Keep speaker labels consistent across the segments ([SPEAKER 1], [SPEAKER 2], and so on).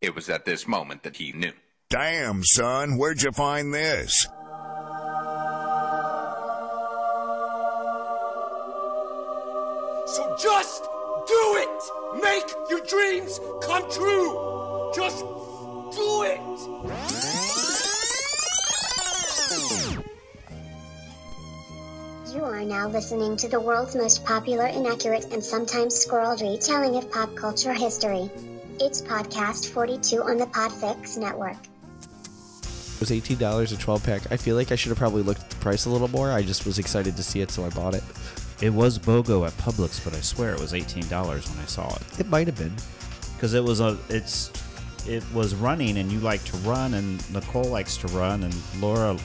[SPEAKER 1] It was at this moment that he knew.
[SPEAKER 2] Damn, son, where'd you find this?
[SPEAKER 3] So just do it! Make your dreams come true! Just do it!
[SPEAKER 4] You are now listening to the world's most popular, inaccurate, and sometimes squirreled retelling of pop culture history. It's podcast 42 on the Podfix Network.
[SPEAKER 5] It was eighteen dollars a twelve pack. I feel like I should have probably looked at the price a little more. I just was excited to see it, so I bought it.
[SPEAKER 6] It was BOGO at Publix, but I swear it was eighteen dollars when I saw it
[SPEAKER 5] It might have been.
[SPEAKER 6] because it was a it's it was running, and you like to run, and Nicole likes to run, and Laura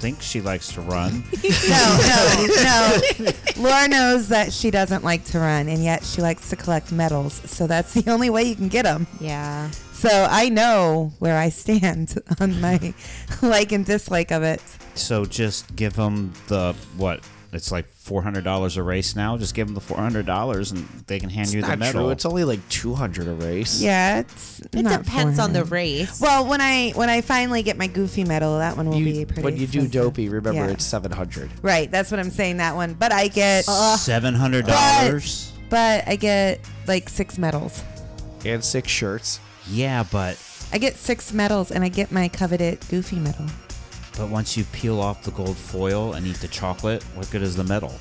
[SPEAKER 6] thinks she likes to run.
[SPEAKER 7] No, no, no. Laura knows that she doesn't like to run, and yet she likes to collect medals. So that's the only way you can get them.
[SPEAKER 8] Yeah.
[SPEAKER 7] So I know where I stand on my like and dislike of it.
[SPEAKER 6] so just give them the what? It's like four hundred dollars a race now. Just give them the four hundred dollars, and they can hand you the
[SPEAKER 5] Not
[SPEAKER 6] medal.
[SPEAKER 5] true. It's only like two hundred a race.
[SPEAKER 7] Yeah, it's
[SPEAKER 8] It
[SPEAKER 7] not
[SPEAKER 8] depends on the
[SPEAKER 7] foreign.
[SPEAKER 8] race.
[SPEAKER 7] Well, when I when I finally get my goofy medal, that one will be
[SPEAKER 5] You,
[SPEAKER 7] pretty.
[SPEAKER 5] when you do
[SPEAKER 7] expensive.
[SPEAKER 5] dopey, remember
[SPEAKER 7] Yeah.
[SPEAKER 5] it's seven hundred.
[SPEAKER 7] right. That's what I'm saying. That one, but I get
[SPEAKER 6] Seven hundred dollars.
[SPEAKER 7] but I get like six medals.
[SPEAKER 5] And six shirts.
[SPEAKER 6] Yeah, but
[SPEAKER 7] I get six medals, and I get my coveted goofy medal.
[SPEAKER 6] but once you peel off the gold foil and eat the chocolate, what good is the medal?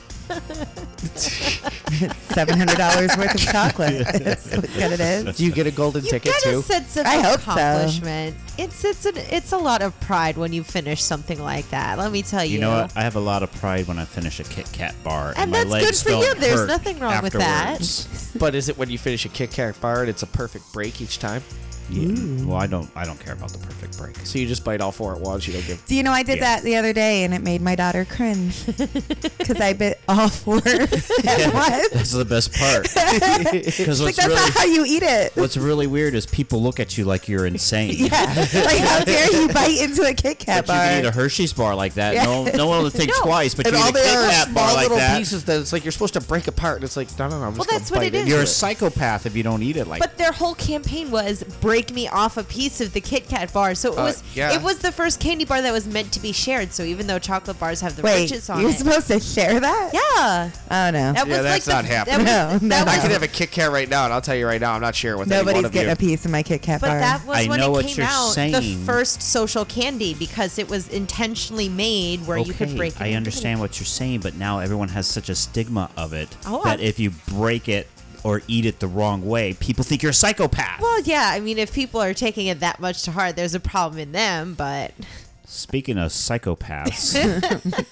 [SPEAKER 7] seven hundred dollars worth of chocolate. That's what it is.
[SPEAKER 5] Do you get a golden
[SPEAKER 8] you
[SPEAKER 5] ticket
[SPEAKER 8] get
[SPEAKER 5] too?
[SPEAKER 8] a sense of
[SPEAKER 7] I hope so.
[SPEAKER 8] accomplishment. It's it's an, it's a lot of pride when you finish something like that. Let me tell you.
[SPEAKER 6] You know what? I have a lot of pride when I finish a Kit Kat bar, and,
[SPEAKER 8] And
[SPEAKER 6] my
[SPEAKER 8] that's good
[SPEAKER 6] legs
[SPEAKER 8] for you.
[SPEAKER 6] don't
[SPEAKER 8] There's
[SPEAKER 6] hurt
[SPEAKER 8] nothing wrong with that.
[SPEAKER 6] afterwards.
[SPEAKER 5] but is it when you finish a Kit Kat bar and it's a perfect break each time?
[SPEAKER 6] Yeah. Well, I don't. I don't care about the perfect break.
[SPEAKER 5] So you just bite all four at once. You don't give.
[SPEAKER 7] Do you know I did
[SPEAKER 6] Yeah.
[SPEAKER 7] that the other day and it made my daughter cringe because I bit all four at once.
[SPEAKER 6] That's the best part. Because what's
[SPEAKER 7] Like that's
[SPEAKER 6] really
[SPEAKER 7] not how you eat it.
[SPEAKER 6] what's really weird is people look at you like you're insane.
[SPEAKER 7] Yeah, like how dare you bite into a Kit Kat
[SPEAKER 6] But you can eat a
[SPEAKER 7] bar?
[SPEAKER 6] Hershey's bar like that. No, no one will think twice. But
[SPEAKER 5] And
[SPEAKER 6] you eat
[SPEAKER 5] all
[SPEAKER 6] a Kit
[SPEAKER 5] they are are
[SPEAKER 6] Kat bar
[SPEAKER 5] small
[SPEAKER 6] like
[SPEAKER 5] little
[SPEAKER 6] that.
[SPEAKER 5] pieces that it's like you're supposed to break apart. And it's like no, no, no. I'm
[SPEAKER 8] Well,
[SPEAKER 5] just gonna
[SPEAKER 8] that's what
[SPEAKER 5] bite
[SPEAKER 8] it
[SPEAKER 5] into
[SPEAKER 6] You're a
[SPEAKER 8] is.
[SPEAKER 6] psychopath if you don't eat it like.
[SPEAKER 8] But their whole campaign was break me off a piece of the Kit Kat bar. So it
[SPEAKER 5] Uh,
[SPEAKER 8] was
[SPEAKER 5] yeah.
[SPEAKER 8] it was the first candy bar that was meant to be shared. So even though chocolate bars have the
[SPEAKER 7] Wait,
[SPEAKER 8] riches on
[SPEAKER 7] you're
[SPEAKER 8] it,
[SPEAKER 7] supposed to share that?
[SPEAKER 8] yeah,
[SPEAKER 7] Oh no,
[SPEAKER 8] that was
[SPEAKER 5] that's
[SPEAKER 8] like
[SPEAKER 5] not
[SPEAKER 8] the,
[SPEAKER 5] happening.
[SPEAKER 8] That was,
[SPEAKER 7] No,
[SPEAKER 8] that
[SPEAKER 7] no.
[SPEAKER 5] I
[SPEAKER 8] was-
[SPEAKER 5] could have a Kit Kat right now, and I'll tell you right now, I'm not sharing with any one
[SPEAKER 7] nobody's
[SPEAKER 5] of
[SPEAKER 7] getting
[SPEAKER 5] you.
[SPEAKER 7] a piece of my Kit Kat
[SPEAKER 8] But
[SPEAKER 7] bar.
[SPEAKER 8] that was
[SPEAKER 6] I
[SPEAKER 8] when
[SPEAKER 6] know
[SPEAKER 8] it
[SPEAKER 6] what
[SPEAKER 8] came
[SPEAKER 6] you're
[SPEAKER 8] out, the
[SPEAKER 6] saying.
[SPEAKER 8] first social candy, because it was intentionally made where you could break. it
[SPEAKER 6] I
[SPEAKER 8] and
[SPEAKER 6] understand what you're saying, but now everyone has such a stigma of it
[SPEAKER 8] Oh,
[SPEAKER 6] that
[SPEAKER 8] I-
[SPEAKER 6] if you break it or eat it the wrong way, people think you're a psychopath.
[SPEAKER 8] Well, yeah. I mean, if people are taking it that much to heart, there's a problem in them. But
[SPEAKER 6] Speaking of psychopaths,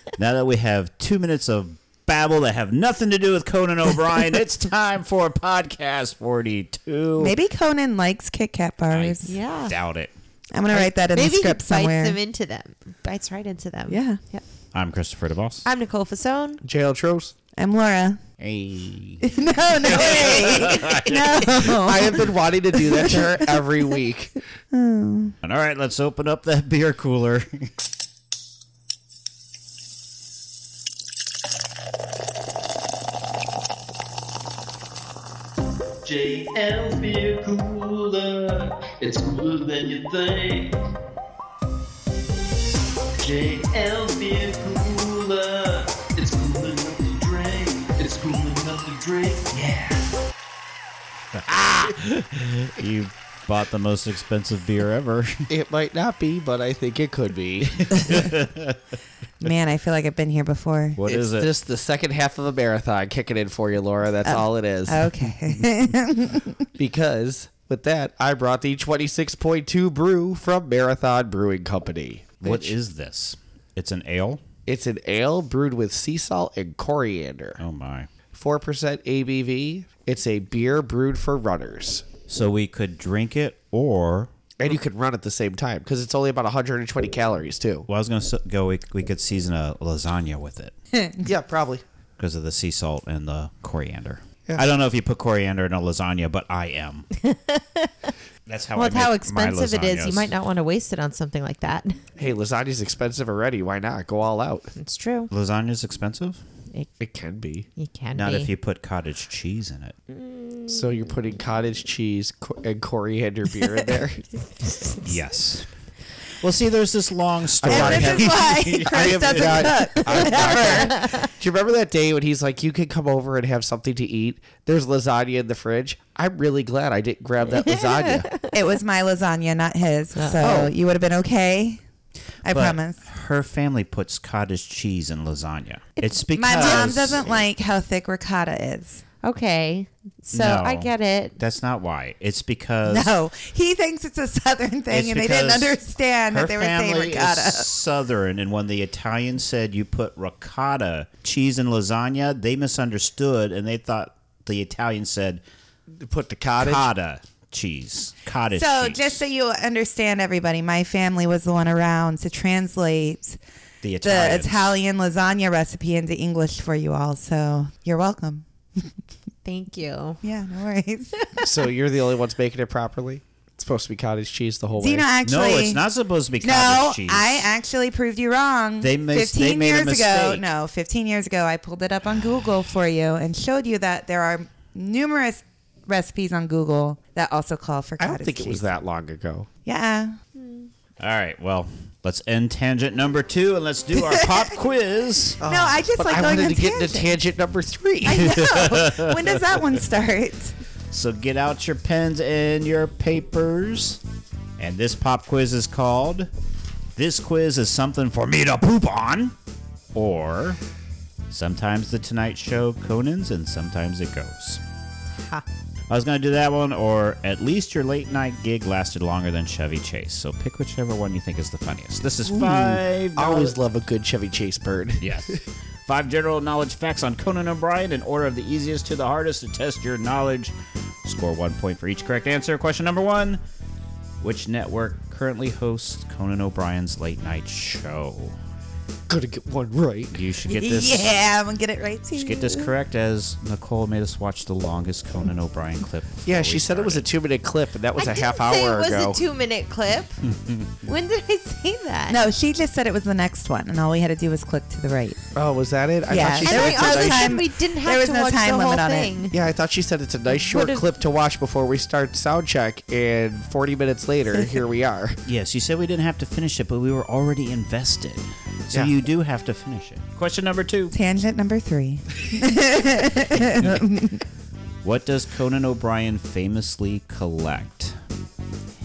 [SPEAKER 6] now that we have two minutes of babble that have nothing to do with Conan O'Brien, it's time for podcast 42.
[SPEAKER 7] Maybe Conan likes Kit Kat
[SPEAKER 6] I
[SPEAKER 7] bars.
[SPEAKER 8] Yeah.
[SPEAKER 6] doubt it.
[SPEAKER 7] I'm gonna write that in
[SPEAKER 8] maybe
[SPEAKER 7] the
[SPEAKER 8] he
[SPEAKER 7] script
[SPEAKER 8] bites
[SPEAKER 7] somewhere.
[SPEAKER 8] them into them. Bites right into them.
[SPEAKER 7] Yeah.
[SPEAKER 8] Yep.
[SPEAKER 6] I'm Christopher DeVos.
[SPEAKER 8] I'm Nicole Fasone.
[SPEAKER 5] Jail tropes.
[SPEAKER 7] I'm Laura.
[SPEAKER 6] Hey.
[SPEAKER 7] No, no way. no.
[SPEAKER 5] I have been wanting to do that to her every week.
[SPEAKER 6] All right, let's open up that beer cooler.
[SPEAKER 9] JL Beer Cooler. It's cooler than you think. JL Beer Cooler. It's cool enough to drink. It's cool enough to drink. Yeah.
[SPEAKER 6] you bought the most expensive beer ever.
[SPEAKER 5] It might not be, but I think it could be.
[SPEAKER 7] Man, I feel like I've been here before.
[SPEAKER 6] What
[SPEAKER 5] it's
[SPEAKER 6] is it?
[SPEAKER 5] just the second half of a marathon kicking in for you, Laura. That's all it is.
[SPEAKER 7] Um, Okay.
[SPEAKER 5] because with that, I brought the 26.2 brew from Marathon Brewing Company.
[SPEAKER 6] what
[SPEAKER 5] Bitch.
[SPEAKER 6] is this? It's an ale?
[SPEAKER 5] It's an ale brewed with sea salt and coriander.
[SPEAKER 6] Oh my.
[SPEAKER 5] 4% ABV. It's a beer brewed for runners.
[SPEAKER 6] So we could drink it or
[SPEAKER 5] And you can run at the same time because it's only about 120 calories, too.
[SPEAKER 6] well, I was going to go we, we could season a lasagna with it.
[SPEAKER 5] Yeah, probably.
[SPEAKER 6] because of the sea salt and the coriander. I don't know if you put coriander in a lasagna, but I am. That's how.
[SPEAKER 8] Well,
[SPEAKER 6] I
[SPEAKER 8] with how
[SPEAKER 6] make my
[SPEAKER 8] expensive it is, you
[SPEAKER 6] lasagnas.
[SPEAKER 8] might not want to waste it on something like that.
[SPEAKER 5] Hey, lasagna's expensive already. Why not? Go all out.
[SPEAKER 8] It's true.
[SPEAKER 6] Lasagna's expensive.
[SPEAKER 5] It can be.
[SPEAKER 8] You can
[SPEAKER 6] Not
[SPEAKER 8] be.
[SPEAKER 6] if you put cottage cheese in it.
[SPEAKER 5] Mm. So you're putting cottage cheese co- and coriander beer in there.
[SPEAKER 6] Yes. Well, see, there's this long story.
[SPEAKER 7] And this is why
[SPEAKER 5] I
[SPEAKER 7] Chris
[SPEAKER 5] have
[SPEAKER 7] doesn't
[SPEAKER 5] not-
[SPEAKER 7] cook.
[SPEAKER 5] I'm not- Do you remember that day when he's like, "You can come over and have something to eat." There's lasagna in the fridge. I'm really glad I didn't grab that lasagna.
[SPEAKER 7] It was my lasagna, not his. So
[SPEAKER 8] Oh.
[SPEAKER 7] you would have been okay. I
[SPEAKER 6] But
[SPEAKER 7] promise.
[SPEAKER 6] Her family puts cottage cheese in lasagna. It's, because
[SPEAKER 7] My mom doesn't like how thick ricotta is.
[SPEAKER 8] Okay. So
[SPEAKER 6] No.
[SPEAKER 8] I get it.
[SPEAKER 6] That's not why. It's because
[SPEAKER 7] No, he thinks it's a southern
[SPEAKER 6] it's
[SPEAKER 7] thing, and they didn't
[SPEAKER 6] because
[SPEAKER 7] understand
[SPEAKER 6] her
[SPEAKER 7] that they were saying
[SPEAKER 6] family is
[SPEAKER 7] ricotta.
[SPEAKER 6] Southern, and when the Italians said you put ricotta cheese in lasagna, they misunderstood and they thought the Italian said
[SPEAKER 5] Put the cottage.
[SPEAKER 6] cotta cheese, cottage.
[SPEAKER 7] So,
[SPEAKER 6] cheese.
[SPEAKER 7] just so you understand, everybody, my family was the one around to translate
[SPEAKER 6] the
[SPEAKER 7] the
[SPEAKER 6] Italian.
[SPEAKER 7] Italian lasagna recipe into English for you all. So, you're welcome.
[SPEAKER 8] Thank you.
[SPEAKER 7] Yeah, no worries.
[SPEAKER 5] so you're the only ones making it properly. It's supposed to be cottage cheese the whole way.
[SPEAKER 7] Dina actually.
[SPEAKER 6] no, it's not supposed to be
[SPEAKER 7] No,
[SPEAKER 6] cottage cheese.
[SPEAKER 7] I actually proved you wrong.
[SPEAKER 6] They mis- they
[SPEAKER 7] 15
[SPEAKER 6] made a
[SPEAKER 7] years ago.
[SPEAKER 6] mistake.
[SPEAKER 7] No, 15 years ago, I pulled it up on Google for you and showed you that there are numerous recipes on Google that also call for
[SPEAKER 5] I
[SPEAKER 7] cottage
[SPEAKER 5] don't think
[SPEAKER 7] cheese.
[SPEAKER 5] it was that long ago.
[SPEAKER 7] Yeah.
[SPEAKER 6] All right, well, let's end tangent number two and let's do our pop quiz.
[SPEAKER 7] no, I just
[SPEAKER 5] But
[SPEAKER 7] like
[SPEAKER 5] I
[SPEAKER 7] going
[SPEAKER 5] wanted
[SPEAKER 7] on
[SPEAKER 5] to get into
[SPEAKER 7] tangents.
[SPEAKER 5] tangent number three.
[SPEAKER 7] No. when does that one start?
[SPEAKER 6] So get out your pens and your papers. And this pop quiz is called This Quiz is Something for Me to Poop On. Or sometimes The Tonight Show Conan's and sometimes it goes. I was going to do that one, or at least your late night gig lasted longer than Chevy Chase. So pick whichever one you think is the funniest. This is five.
[SPEAKER 5] I always love a good Chevy Chase bird.
[SPEAKER 6] Yes. Five general knowledge facts on Conan O'Brien in order of the easiest to the hardest to test your knowledge. Score one point for each correct answer. Question number one Which network currently hosts Conan O'Brien's late night show?
[SPEAKER 5] Gotta get one right.
[SPEAKER 6] You should get this.
[SPEAKER 7] yeah, I'm gonna get it right too.
[SPEAKER 6] you should Get this correct as Nicole made us watch the longest Conan O'Brien clip.
[SPEAKER 5] Yeah,
[SPEAKER 6] before
[SPEAKER 5] she
[SPEAKER 6] we
[SPEAKER 5] said it was a
[SPEAKER 6] started.
[SPEAKER 5] two minute clip, and that was a
[SPEAKER 8] I
[SPEAKER 5] half
[SPEAKER 8] didn't say
[SPEAKER 5] hour
[SPEAKER 8] it
[SPEAKER 5] ago.
[SPEAKER 8] was a two minute clip. when did I say that?
[SPEAKER 7] No, she just said it was the next one, and all we had to do was click to the right.
[SPEAKER 5] oh, was that it? I
[SPEAKER 7] Yeah,
[SPEAKER 5] thought she
[SPEAKER 7] and
[SPEAKER 5] said
[SPEAKER 7] I
[SPEAKER 5] it's a nice
[SPEAKER 7] also
[SPEAKER 5] short-
[SPEAKER 7] time-
[SPEAKER 8] we didn't have
[SPEAKER 7] there was
[SPEAKER 8] to
[SPEAKER 7] no
[SPEAKER 8] watch
[SPEAKER 7] time
[SPEAKER 8] the whole
[SPEAKER 7] limit on it.
[SPEAKER 8] thing.
[SPEAKER 5] Yeah, I thought she said it's a nice short
[SPEAKER 8] Would've-
[SPEAKER 5] clip to watch before we start sound check, and 40 minutes later, here we are.
[SPEAKER 6] Yes, you said we didn't have to finish it, but we were already invested. So
[SPEAKER 5] Yeah.
[SPEAKER 6] you do have to finish it. Question number two.
[SPEAKER 7] Tangent number three.
[SPEAKER 6] What does Conan O'Brien famously collect?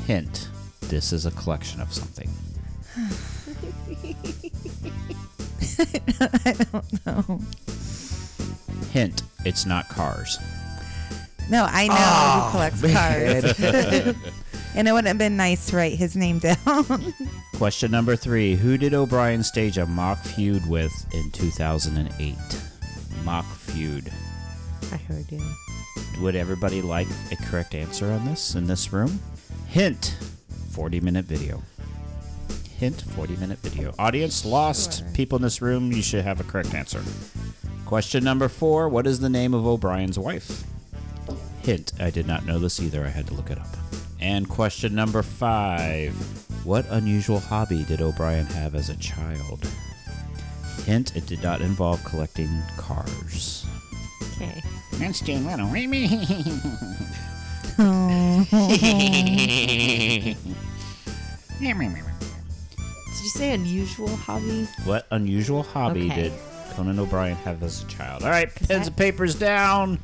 [SPEAKER 6] Hint. This is a collection of something.
[SPEAKER 7] No,
[SPEAKER 6] Hint. It's not cars.
[SPEAKER 7] no, I know
[SPEAKER 6] Ah.
[SPEAKER 7] who collects cards, and it wouldn't have been nice to write his name down.
[SPEAKER 6] Question number three. Who did O'Brien stage a mock feud with in 2008? Mock feud.
[SPEAKER 8] I heard you.
[SPEAKER 6] Would everybody like a correct answer on this in this room? Hint. 40 minute video. Hint 40 minute video. Audience lost. People in this room, you should have a correct answer. Question number four What is the name of O'Brien's wife? Hint I did not know this either. I had to look it up. And question number five What unusual hobby did O'Brien have as a child? Hint It did not involve collecting cars.
[SPEAKER 8] Okay.
[SPEAKER 6] That's Jane Leno.
[SPEAKER 7] Oh.
[SPEAKER 8] Did you say unusual hobby?
[SPEAKER 6] What unusual hobby
[SPEAKER 8] Okay.
[SPEAKER 6] did Conan O'Brien have as a child? All right, pens
[SPEAKER 8] that-
[SPEAKER 6] and papers down.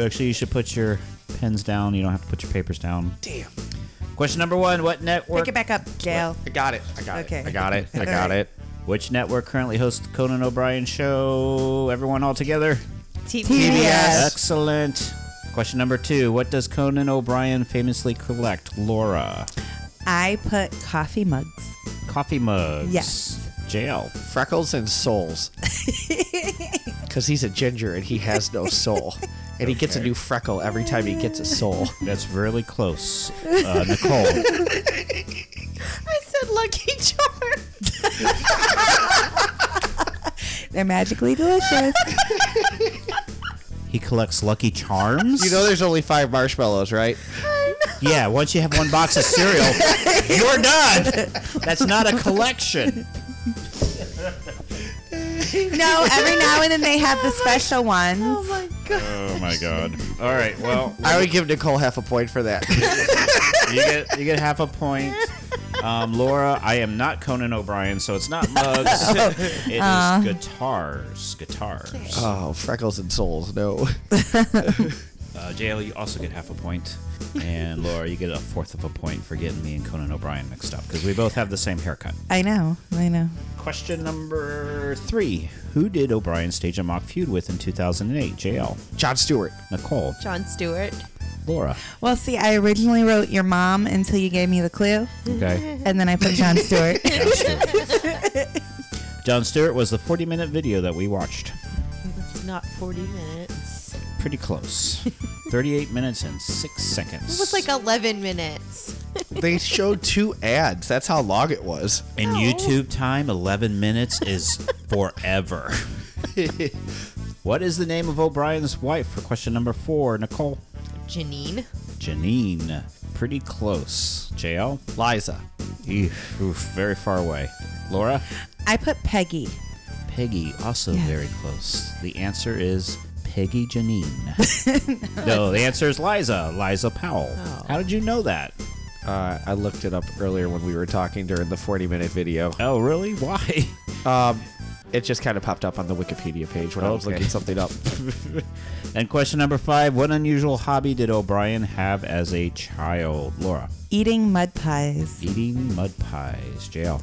[SPEAKER 6] Actually, you should put your pens down. You don't have to put your papers down. Damn. Question number one: What network?
[SPEAKER 7] Pick it back up, Jail.
[SPEAKER 5] I got it. I got
[SPEAKER 7] it. Okay. I
[SPEAKER 5] got it. I
[SPEAKER 7] got
[SPEAKER 5] it.
[SPEAKER 6] Which network currently hosts the Conan O'Brien show? Everyone all together.
[SPEAKER 7] TBS.
[SPEAKER 6] Excellent. Question number two: What does Conan O'Brien famously collect? Laura,
[SPEAKER 7] I put coffee mugs.
[SPEAKER 6] coffee mugs.
[SPEAKER 7] Yes.
[SPEAKER 6] Jail.
[SPEAKER 5] Freckles and souls. Because he's a ginger and he has no soul. And he gets a new freckle every time he gets a soul.
[SPEAKER 6] That's really close. Uh, Nicole.
[SPEAKER 8] I said Lucky Charms.
[SPEAKER 7] They're magically delicious.
[SPEAKER 6] He collects Lucky Charms.
[SPEAKER 5] You know, there's only five marshmallows, right?
[SPEAKER 6] yeah. Once you have one box of cereal, you're done. That's not a collection.
[SPEAKER 7] No, every now and then they have the special
[SPEAKER 8] Oh
[SPEAKER 7] ones.
[SPEAKER 8] my god.
[SPEAKER 6] Oh my god. All right. Well,
[SPEAKER 5] I would give Nicole half a point for that.
[SPEAKER 6] you get you get half a point. Um, Laura, I am not Conan O'Brien, so it's not mugs. It is guitars. Guitars.
[SPEAKER 5] oh, freckles and souls, no.
[SPEAKER 6] Uh, JL, you also get half a point. And Laura, you get a fourth of a point for getting me and Conan O'Brien mixed up because we both have the same haircut.
[SPEAKER 7] I know, I know.
[SPEAKER 6] Question number three Who did O'Brien stage a mock feud with in 2008? JL,
[SPEAKER 5] John Stewart.
[SPEAKER 6] Nicole,
[SPEAKER 8] John Stewart.
[SPEAKER 6] Laura.
[SPEAKER 7] Well, see, I originally wrote your mom until you gave me the clue,
[SPEAKER 6] Okay.
[SPEAKER 7] and then I put John Stewart.
[SPEAKER 6] John Stewart. John Stewart was the 40 minute video that we watched.
[SPEAKER 8] It's not 40 minutes.
[SPEAKER 6] Pretty close. 38 minutes and 6 seconds.
[SPEAKER 8] It was like 11 minutes.
[SPEAKER 5] They showed two ads. That's how long it was.
[SPEAKER 7] Oh.
[SPEAKER 6] In YouTube time, 11 minutes is forever. what is the name of O'Brien's wife for question number four? Nicole.
[SPEAKER 8] Janine.
[SPEAKER 6] Janine. Pretty close. JL.
[SPEAKER 5] Liza.
[SPEAKER 6] Eef, oof, very far away. Laura.
[SPEAKER 7] I put Peggy.
[SPEAKER 6] Peggy. Also
[SPEAKER 7] Yes.
[SPEAKER 6] very close. The answer is Peggy Janine. no, the answer is Liza. Liza Powell. How did you know that?
[SPEAKER 5] Uh, I looked it up earlier when we were talking during the 40 minute video. Um,
[SPEAKER 6] Oh, really? Why?
[SPEAKER 5] It just kind of popped up on the Wikipedia page when I was
[SPEAKER 6] Oh, Okay.
[SPEAKER 5] looking something up.
[SPEAKER 6] And question number five What unusual hobby did O'Brien have as a child? Laura.
[SPEAKER 7] Eating mud pies.
[SPEAKER 6] Eating mud pies. JL.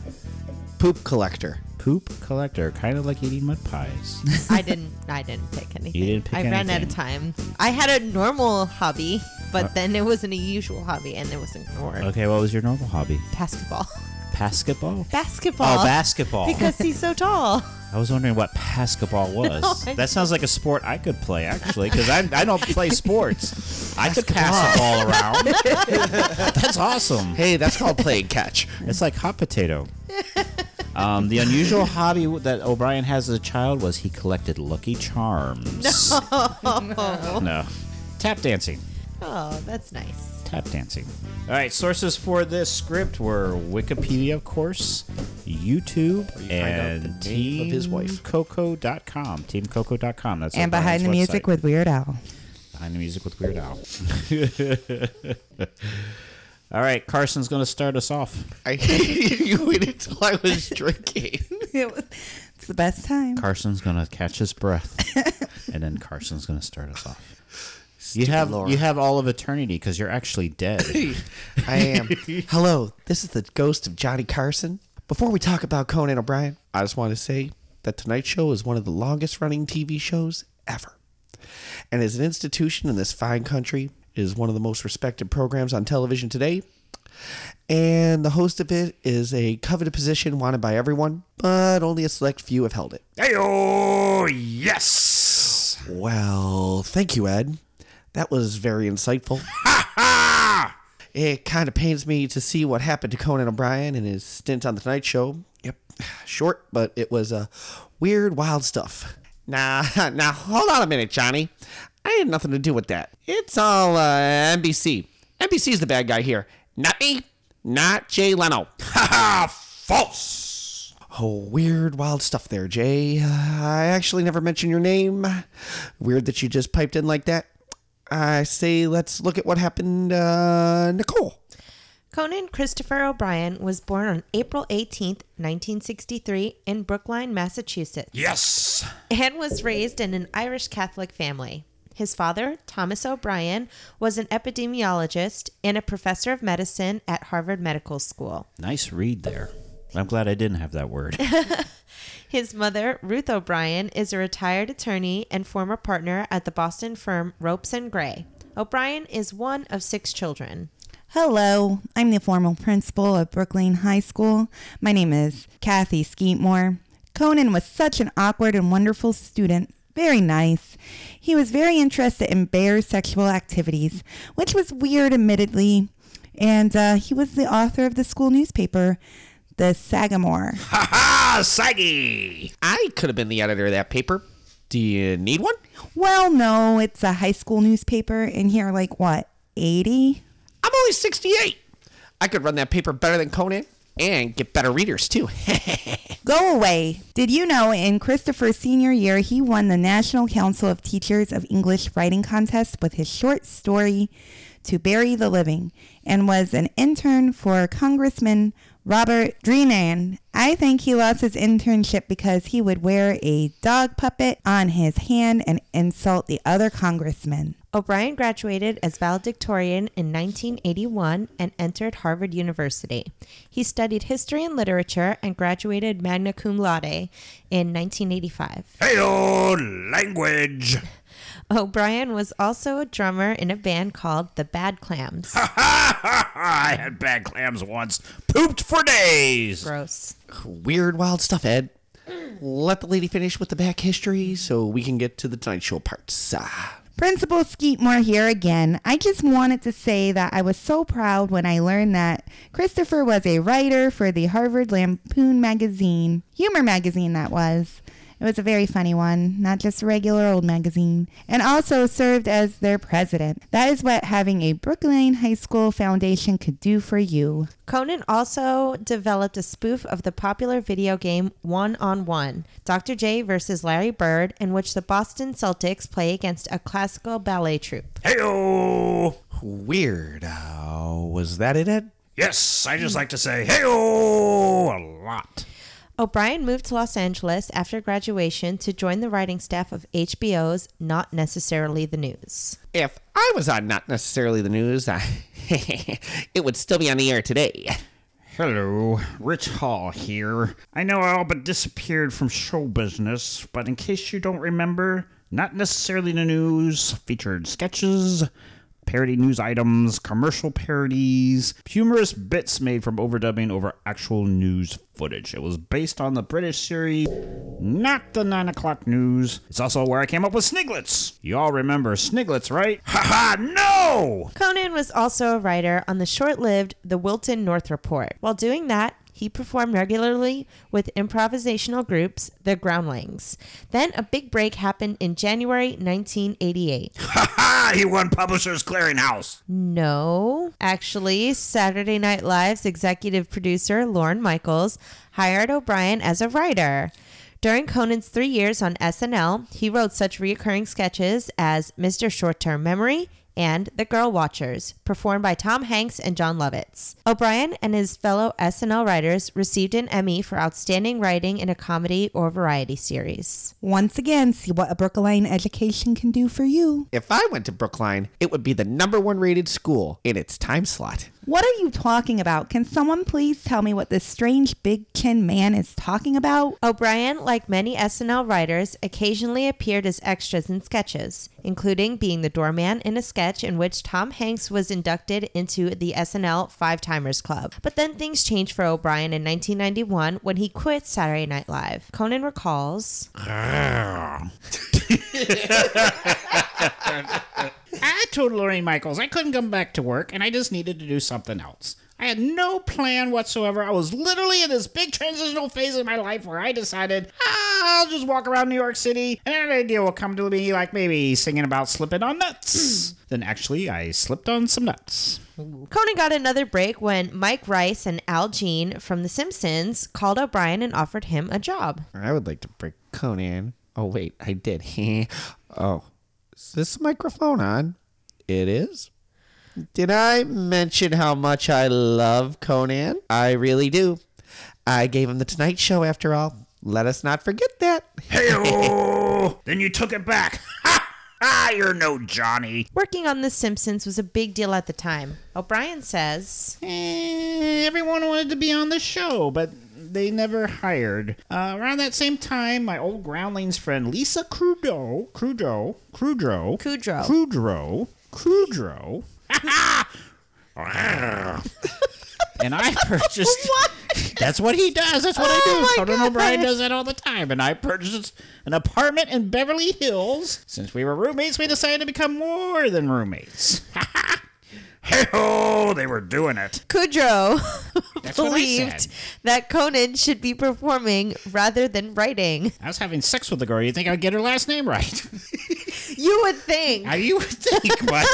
[SPEAKER 5] Poop collector.
[SPEAKER 6] Poop collector. Kind of like eating mud pies.
[SPEAKER 8] I didn't. I didn't pick anything.
[SPEAKER 6] didn't pick
[SPEAKER 8] I ran out
[SPEAKER 6] anything. Uh,
[SPEAKER 8] of time. I had a normal hobby, but then it wasn't a usual hobby, and it was ignored.
[SPEAKER 6] okay, what was your normal hobby?
[SPEAKER 8] Basketball.
[SPEAKER 6] Basketball?
[SPEAKER 8] Basketball.
[SPEAKER 6] Oh, basketball.
[SPEAKER 8] Because he's so tall.
[SPEAKER 6] I was wondering what basketball was.
[SPEAKER 8] I-
[SPEAKER 6] that sounds like a sport I could play, actually, because I, I don't play sports. I could pass a ball around. That's awesome.
[SPEAKER 5] Hey, that's called playing catch.
[SPEAKER 6] It's like hot potato. Um, the unusual hobby that O'Brien has as a child was he collected Lucky Charms. No. Tap dancing.
[SPEAKER 8] Oh, that's nice.
[SPEAKER 6] Tap dancing. All right, sources for this script were Wikipedia, of course, YouTube,
[SPEAKER 5] you find out
[SPEAKER 6] and
[SPEAKER 5] the name of his wife.
[SPEAKER 6] TeamCoco.com. TeamCoco.com. That's
[SPEAKER 7] And
[SPEAKER 6] O'Brien's
[SPEAKER 7] behind the music
[SPEAKER 6] website.
[SPEAKER 7] with Weird Al.
[SPEAKER 6] Behind the Music with Weird Al. All right, Carson's going to start us off.
[SPEAKER 5] I, you waited till I was drinking.
[SPEAKER 7] it's the best time.
[SPEAKER 6] Carson's gonna catch his breath, and then Carson's gonna start us off. You have
[SPEAKER 5] Laura.
[SPEAKER 6] you have all of eternity because you're actually dead.
[SPEAKER 5] I am. Hello, this is the ghost of Johnny Carson. Before we talk about Conan O'Brien, I just want to say that tonight's show is one of the longest running TV shows ever. And as an institution in this fine country, it is one of the most respected programs on television today. And the host of it is a coveted position wanted by everyone, but only a select few have held it.
[SPEAKER 6] hey oh yes!
[SPEAKER 5] Well, thank you, Ed. That was very insightful. it kind of pains me to see what happened to Conan O'Brien and his stint on The Tonight Show. Yep, short, but it was uh, weird, wild stuff. Nah, now hold on a minute, Johnny. I had nothing to do with that. It's all uh, NBC. NBC's the bad guy here, not me, not Jay Leno.
[SPEAKER 6] False.
[SPEAKER 5] Oh, weird, wild stuff there, Jay. Uh, I actually never mentioned your name. Weird that you just piped in like that. I say, let's look at what happened, uh, Nicole.
[SPEAKER 8] Conan Christopher O'Brien was born on April 18th, 1963, in Brookline, Massachusetts.
[SPEAKER 6] Yes.
[SPEAKER 8] and was raised in an Irish Catholic family. His father, Thomas O'Brien, was an epidemiologist and a professor of medicine at Harvard Medical School.
[SPEAKER 6] Nice read there. I'm glad I didn't have that word.
[SPEAKER 8] His mother, Ruth O'Brien, is a retired attorney and former partner at the Boston firm Ropes and Gray. O'Brien is one of six children.
[SPEAKER 7] Hello, I'm the formal principal of Brooklyn High School. My name is Kathy Skeetmore. Conan was such an awkward and wonderful student. Very nice. He was very interested in bear sexual activities, which was weird, admittedly. And uh, he was the author of the school newspaper, The Sagamore.
[SPEAKER 6] ah, saggy.
[SPEAKER 5] I could have been the editor of that paper. Do you need one?
[SPEAKER 7] well, no, it's a high school newspaper, and here, are, like, what, 80?
[SPEAKER 5] I'm only 68. I could run that paper better than Conan. and get better readers too.
[SPEAKER 7] Go away. Did you know in Christopher's senior year, he won the National Council of Teachers of English Writing Contest with his short story, To Bury the Living, and was an intern for Congressman Robert Drinan. I think he lost his internship because he would wear a dog puppet on his hand and insult the other congressmen.
[SPEAKER 8] O'Brien graduated as valedictorian in 1981 and entered Harvard University. He studied history and literature and graduated magna cum laude in 1985.
[SPEAKER 6] Hey, language.
[SPEAKER 8] O'Brien was also a drummer in a band called the Bad Clams.
[SPEAKER 6] I had bad clams once. Pooped for days.
[SPEAKER 8] Gross.
[SPEAKER 5] Weird, wild stuff, Ed. Let the lady finish with the back history so we can get to the Tonight Show parts. Ah.
[SPEAKER 7] Principal Skeetmore here again. I just wanted to say that I was so proud when I learned that Christopher was a writer for the Harvard Lampoon magazine, humor magazine that was. It was a very funny one, not just a regular old magazine, and also served as their president. That is what having a Brookline High School foundation could do for you.
[SPEAKER 8] Conan also developed a spoof of the popular video game One on One, Dr. J versus Larry Bird, in which the Boston Celtics play against a classical ballet troupe.
[SPEAKER 6] Hey,
[SPEAKER 5] Weird. Uh, was that it, Ed?
[SPEAKER 6] Yes, I just like to say hey, a lot.
[SPEAKER 8] O'Brien moved to Los Angeles after graduation to join the writing staff of HBO's Not Necessarily the News.
[SPEAKER 5] If I was on not necessarily the news, I, it would still be on the air today.
[SPEAKER 6] Hello, Rich Hall here. I know I all but disappeared from show business, but in case you don't remember, not necessarily the news, featured sketches, parody news items, commercial parodies, humorous bits made from overdubbing over actual news footage. It was based on the British series Not the 9 O'Clock News. It's also where I came up with Sniglets. You all remember Sniglets, right? Haha, no!
[SPEAKER 8] Conan was also a writer on the short lived The Wilton North Report. While doing that, he performed regularly with improvisational groups, the Groundlings. Then a big break happened in January 1988.
[SPEAKER 6] Haha, Ah, he won Publishers Clearinghouse.
[SPEAKER 8] No. Actually, Saturday Night Live's executive producer, Lauren Michaels, hired O'Brien as a writer. During Conan's three years on SNL, he wrote such reoccurring sketches as Mr. Short Term Memory and The Girl Watchers, performed by Tom Hanks and John Lovitz. O'Brien and his fellow SNL writers received an Emmy for outstanding writing in a comedy or variety series.
[SPEAKER 7] Once again, see what a Brookline education can do for you.
[SPEAKER 5] If I went to Brookline, it would be the number one rated school in its time slot.
[SPEAKER 7] What are you talking about? Can someone please tell me what this strange big chin man is talking about?
[SPEAKER 8] O'Brien, like many SNL writers, occasionally appeared as extras in sketches, including being the doorman in a sketch in which Tom Hanks was inducted into the SNL Five Timers Club. But then things changed for O'Brien in 1991 when he quit Saturday Night Live. Conan recalls
[SPEAKER 6] I told Lorraine Michaels I couldn't come back to work and I just needed to do something else. I had no plan whatsoever. I was literally in this big transitional phase of my life where I decided ah, I'll just walk around New York City and an idea will come to me, like maybe singing about slipping on nuts. then actually, I slipped on some nuts.
[SPEAKER 8] Conan got another break when Mike Rice and Al Jean from The Simpsons called O'Brien and offered him a job.
[SPEAKER 5] I would like to break Conan. Oh, wait, I did. oh, is this microphone on? It is. Did I mention how much I love Conan? I really do. I gave him the Tonight Show after all. Let us not forget that.
[SPEAKER 6] Hey, then you took it back. Ha! Ha! You're no Johnny.
[SPEAKER 8] Working on The Simpsons was a big deal at the time. O'Brien says,
[SPEAKER 6] Eh, everyone wanted to be on the show, but they never hired. Uh, around that same time, my old groundlings friend Lisa Crudo, Crudo, Crudro,
[SPEAKER 8] Kudrow.
[SPEAKER 6] Crudro, Crudro, and I purchased. That's what he does. That's what I do. Conan O'Brien does that all the time. And I purchased an apartment in Beverly Hills. Since we were roommates, we decided to become more than roommates. hey ho! They were doing it.
[SPEAKER 8] Kudrow
[SPEAKER 6] what I
[SPEAKER 8] believed
[SPEAKER 6] said.
[SPEAKER 8] that Conan should be performing rather than writing.
[SPEAKER 6] I was having sex with a girl. You think I'd get her last name right?
[SPEAKER 8] You would think.
[SPEAKER 6] I, you would think, but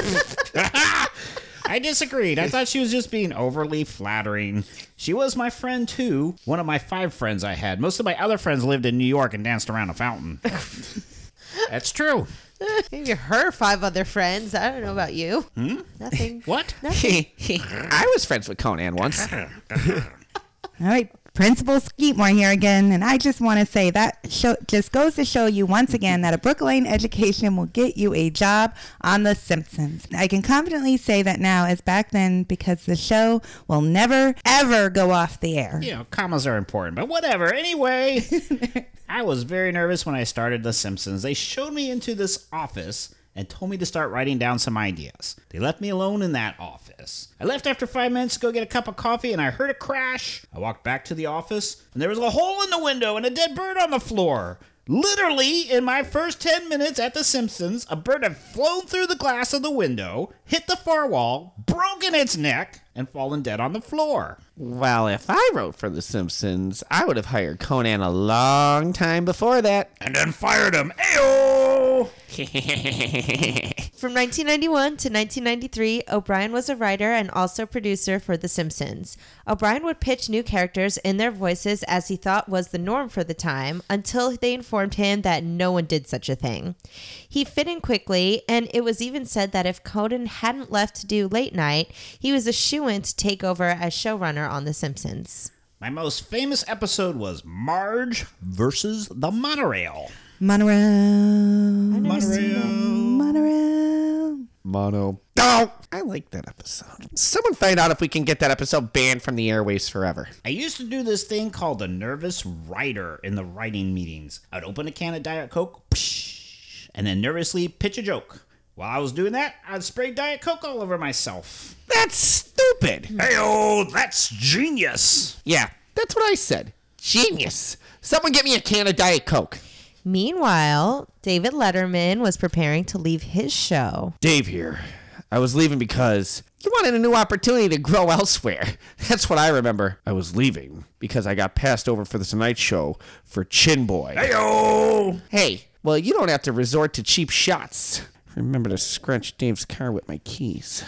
[SPEAKER 6] I I disagreed. I thought she was just being overly flattering. She was my friend too, one of my five friends I had. Most of my other friends lived in New York and danced around a fountain. That's true.
[SPEAKER 8] Maybe her five other friends. I don't know about you. Hmm? Nothing.
[SPEAKER 6] What?
[SPEAKER 5] I was friends with Conan once.
[SPEAKER 7] All right, Principal Skeetmore here again, and I just want to say that show just goes to show you once again that a Brookline education will get you a job on The Simpsons. I can confidently say that now as back then because the show will never ever go off the air.
[SPEAKER 6] You know, commas are important, but whatever. Anyway, I was very nervous when I started The Simpsons. They showed me into this office and told me to start writing down some ideas. They left me alone in that office. I left after five minutes to go get a cup of coffee and I heard a crash. I walked back to the office and there was a hole in the window and a dead bird on the floor. Literally, in my first 10 minutes at The Simpsons, a bird had flown through the glass of the window, hit the far wall, broken its neck, and fallen dead on the floor.
[SPEAKER 5] well, if I wrote for The Simpsons, I would have hired Conan a long time before that.
[SPEAKER 6] and then fired him. Ayo!
[SPEAKER 8] From 1991 to 1993, O'Brien was a writer and also producer for The Simpsons. O'Brien would pitch new characters in their voices as he thought was the norm for the time until they informed him that no one did such a thing. He fit in quickly, and it was even said that if Conan hadn't left to do late night, he was a shoo in to take over as showrunner on The Simpsons.
[SPEAKER 6] My most famous episode was Marge versus the monorail.
[SPEAKER 7] Monorail,
[SPEAKER 6] Monorail.
[SPEAKER 7] monorail.
[SPEAKER 5] Mono. No! I like that episode. Someone find out if we can get that episode banned from the airways forever.
[SPEAKER 6] I used to do this thing called the nervous writer in the writing meetings. I'd open a can of Diet Coke, psh, and then nervously pitch a joke. While I was doing that, I'd spray Diet Coke all over myself.
[SPEAKER 5] That's stupid!
[SPEAKER 6] Hey, oh, that's genius!
[SPEAKER 5] Yeah, that's what I said. Genius! Someone get me a can of Diet Coke.
[SPEAKER 8] Meanwhile, David Letterman was preparing to leave his show.
[SPEAKER 5] Dave here. I was leaving because you wanted a new opportunity to grow elsewhere. That's what I remember. I was leaving because I got passed over for the Tonight Show for Chin Boy. Hey, well, you don't have to resort to cheap shots. Remember to scrunch Dave's car with my keys.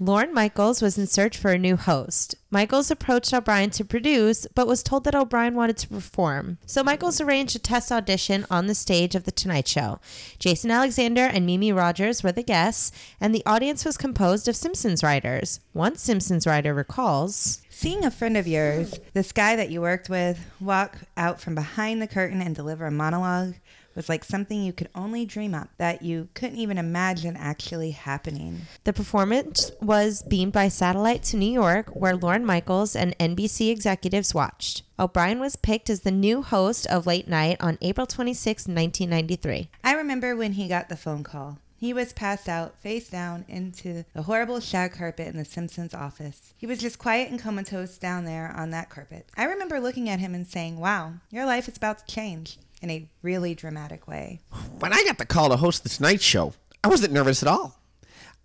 [SPEAKER 8] Lauren Michaels was in search for a new host. Michaels approached O'Brien to produce, but was told that O'Brien wanted to perform. So Michaels arranged a test audition on the stage of The Tonight Show. Jason Alexander and Mimi Rogers were the guests, and the audience was composed of Simpsons writers. One Simpsons writer recalls
[SPEAKER 7] Seeing a friend of yours, this guy that you worked with, walk out from behind the curtain and deliver a monologue was like something you could only dream up that you couldn't even imagine actually happening.
[SPEAKER 8] The performance was beamed by satellite to New York, where Lauren Michaels and NBC executives watched. O'Brien was picked as the new host of Late Night on April 26, 1993.
[SPEAKER 7] I remember when he got the phone call. He was passed out, face down, into the horrible shag carpet in the Simpsons office. He was just quiet and comatose down there on that carpet. I remember looking at him and saying, Wow, your life is about to change in a really dramatic way.
[SPEAKER 5] When I got the call to host the Tonight Show, I wasn't nervous at all.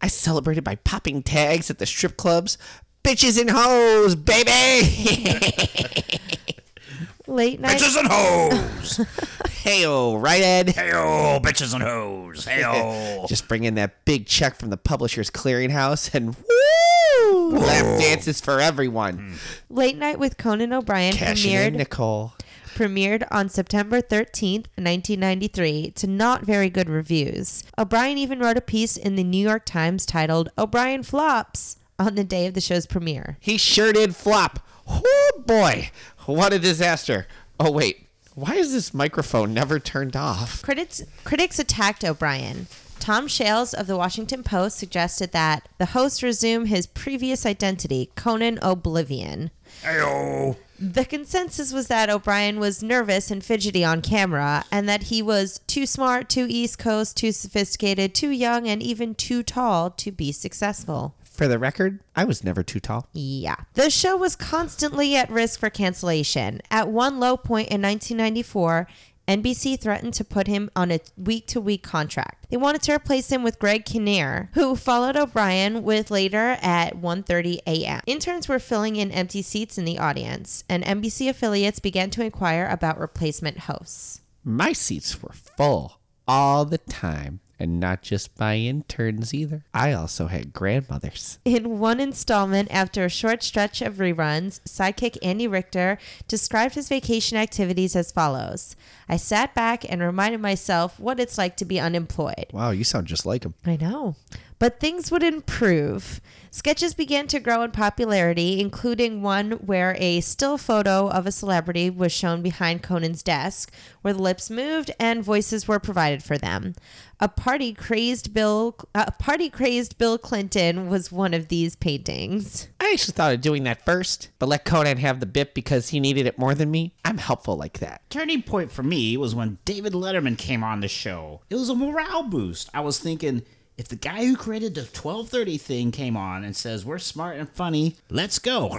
[SPEAKER 5] I celebrated by popping tags at the strip clubs. Bitches and hoes, baby!
[SPEAKER 8] Late Night.
[SPEAKER 6] Bitches and hoes!
[SPEAKER 5] Hey-o, right, Ed?
[SPEAKER 6] hey, oh, bitches and hoes! Hey, oh!
[SPEAKER 5] Just bring in that big check from the publisher's clearinghouse and woo! Lap dances for everyone.
[SPEAKER 8] Late Night with Conan O'Brien
[SPEAKER 5] Cashing in,
[SPEAKER 8] premiered,
[SPEAKER 5] Nicole.
[SPEAKER 8] premiered on September 13th, 1993, to not very good reviews. O'Brien even wrote a piece in the New York Times titled O'Brien Flops on the day of the show's premiere.
[SPEAKER 5] He sure did flop. Oh boy, what a disaster. Oh wait, why is this microphone never turned off?
[SPEAKER 8] Critics, critics attacked O'Brien. Tom Shales of the Washington Post suggested that the host resume his previous identity, Conan Oblivion.
[SPEAKER 6] Hey, oh!
[SPEAKER 8] The consensus was that O'Brien was nervous and fidgety on camera, and that he was too smart, too East Coast, too sophisticated, too young, and even too tall to be successful.
[SPEAKER 5] For the record, I was never too tall.
[SPEAKER 8] Yeah. The show was constantly at risk for cancellation. At one low point in 1994, NBC threatened to put him on a week to week contract. They wanted to replace him with Greg Kinnear, who followed O'Brien with later at 1:30 a.m. Interns were filling in empty seats in the audience, and NBC affiliates began to inquire about replacement hosts.
[SPEAKER 5] My seats were full all the time. and not just my interns either. I also had grandmothers.
[SPEAKER 8] In one installment, after a short stretch of reruns, sidekick Andy Richter described his vacation activities as follows I sat back and reminded myself what it's like to be unemployed.
[SPEAKER 5] Wow, you sound just like him.
[SPEAKER 8] I know. But things would improve. Sketches began to grow in popularity, including one where a still photo of a celebrity was shown behind Conan's desk, where the lips moved and voices were provided for them. A party crazed Bill, a party crazed Bill Clinton was one of these paintings.
[SPEAKER 5] I actually thought of doing that first, but let Conan have the bit because he needed it more than me. I'm helpful like that.
[SPEAKER 6] Turning point for me was when David Letterman came on the show. It was a morale boost. I was thinking, if the guy who created the 1230 thing came on and says, we're smart and funny, let's go.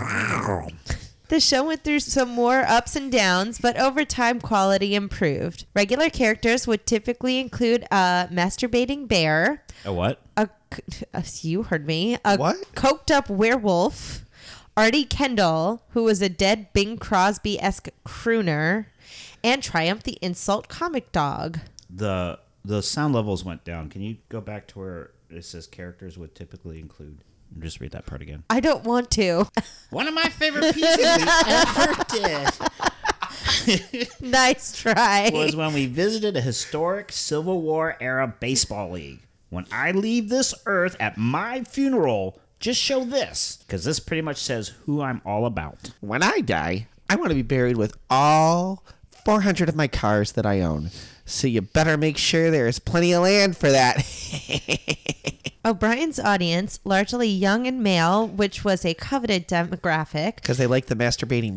[SPEAKER 8] The show went through some more ups and downs, but over time, quality improved. Regular characters would typically include a masturbating bear,
[SPEAKER 6] A what?
[SPEAKER 8] a, a- you heard me, a
[SPEAKER 5] What?
[SPEAKER 8] coked up werewolf, Artie Kendall, who was a dead Bing Crosby esque crooner, and Triumph the Insult comic dog.
[SPEAKER 6] The the sound levels went down. Can you go back to where it says characters would typically include? Just read that part again.
[SPEAKER 8] I don't want to.
[SPEAKER 6] One of my favorite pieces we ever did
[SPEAKER 8] nice try.
[SPEAKER 6] was when we visited a historic Civil War era baseball league. When I leave this earth at my funeral, just show this because this pretty much says who I'm all about.
[SPEAKER 5] When I die, I want to be buried with all 400 of my cars that I own. So you better make sure there is plenty of land for that.
[SPEAKER 8] O'Brien's audience, largely young and male, which was a coveted demographic,
[SPEAKER 5] Because they like the masturbating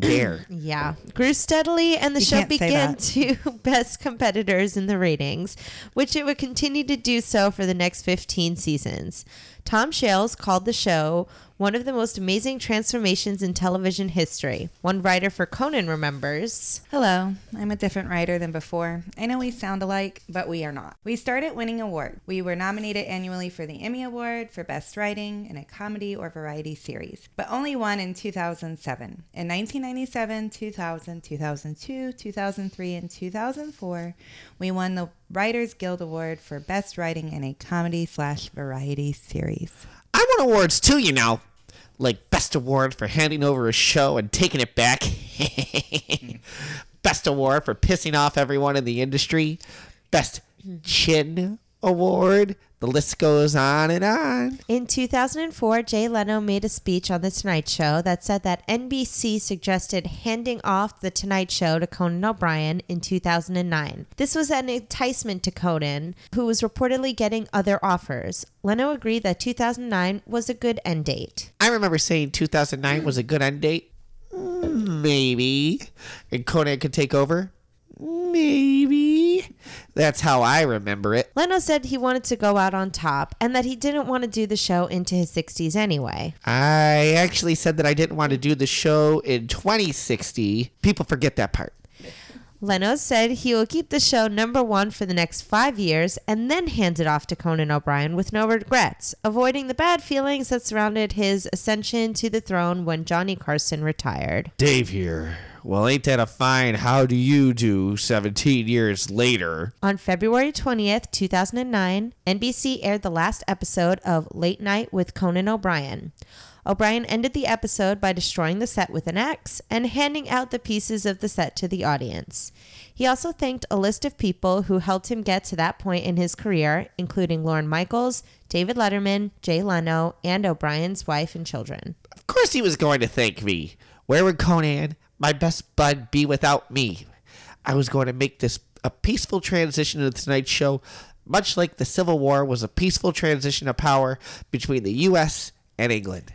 [SPEAKER 5] bear.
[SPEAKER 8] Yeah, grew steadily, and the
[SPEAKER 7] You
[SPEAKER 8] show
[SPEAKER 7] can't say
[SPEAKER 8] began
[SPEAKER 7] that.
[SPEAKER 8] to best competitors in the ratings, which it would continue to do so for the next 15 seasons. Tom Shales called the show one of the most amazing transformations in television history. One writer for Conan remembers.
[SPEAKER 7] Hello, I'm a different writer than before. I know we sound alike, but we are not. We started winning awards. We were nominated annually for the Emmy Award for Best Writing in a Comedy or Variety Series, but only won in 2007. In 1997, 2000, 2002, 2003, and 2004, we won the Writers Guild Award for Best Writing in a Comedy slash Variety Series.
[SPEAKER 5] I won awards too, you know. Like best award for handing over a show and taking it back. best award for pissing off everyone in the industry. Best chin award. The list goes on and on.
[SPEAKER 8] In 2004, Jay Leno made a speech on The Tonight Show that said that NBC suggested handing off The Tonight Show to Conan O'Brien in 2009. This was an enticement to Conan, who was reportedly getting other offers. Leno agreed that 2009 was a good end date.
[SPEAKER 5] I remember saying 2009 was a good end date. Maybe. And Conan could take over. Maybe. That's how I remember it.
[SPEAKER 8] Leno said he wanted to go out on top and that he didn't want to do the show into his 60s anyway.
[SPEAKER 5] I actually said that I didn't want to do the show in 2060. People forget that part.
[SPEAKER 8] Leno said he will keep the show number one for the next five years and then hand it off to Conan O'Brien with no regrets, avoiding the bad feelings that surrounded his ascension to the throne when Johnny Carson retired.
[SPEAKER 5] Dave here. Well, ain't that a fine how do you do 17 years later?
[SPEAKER 8] On February 20th, 2009, NBC aired the last episode of Late Night with Conan O'Brien. O'Brien ended the episode by destroying the set with an axe and handing out the pieces of the set to the audience. He also thanked a list of people who helped him get to that point in his career, including Lauren Michaels, David Letterman, Jay Leno, and O'Brien's wife and children.
[SPEAKER 5] Of course he was going to thank me. Where would Conan, my best bud, be without me? I was going to make this a peaceful transition to tonight's show, much like the Civil War was a peaceful transition of power between the U.S. and England.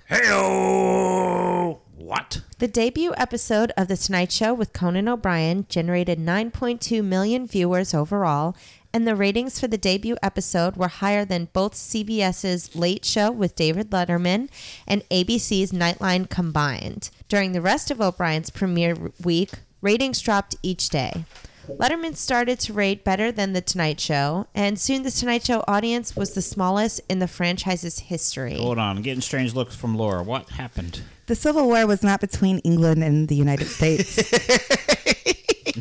[SPEAKER 6] Heyo! What?
[SPEAKER 8] The debut episode of The Tonight Show with Conan O'Brien generated 9.2 million viewers overall, and the ratings for the debut episode were higher than both CBS's Late Show with David Letterman and ABC's Nightline combined. During the rest of O'Brien's premiere week, ratings dropped each day. Letterman started to rate better than The Tonight Show, and soon The Tonight Show audience was the smallest in the franchise's history.
[SPEAKER 6] Hold on, I'm getting strange looks from Laura. What happened?
[SPEAKER 7] The Civil War was not between England and the United States.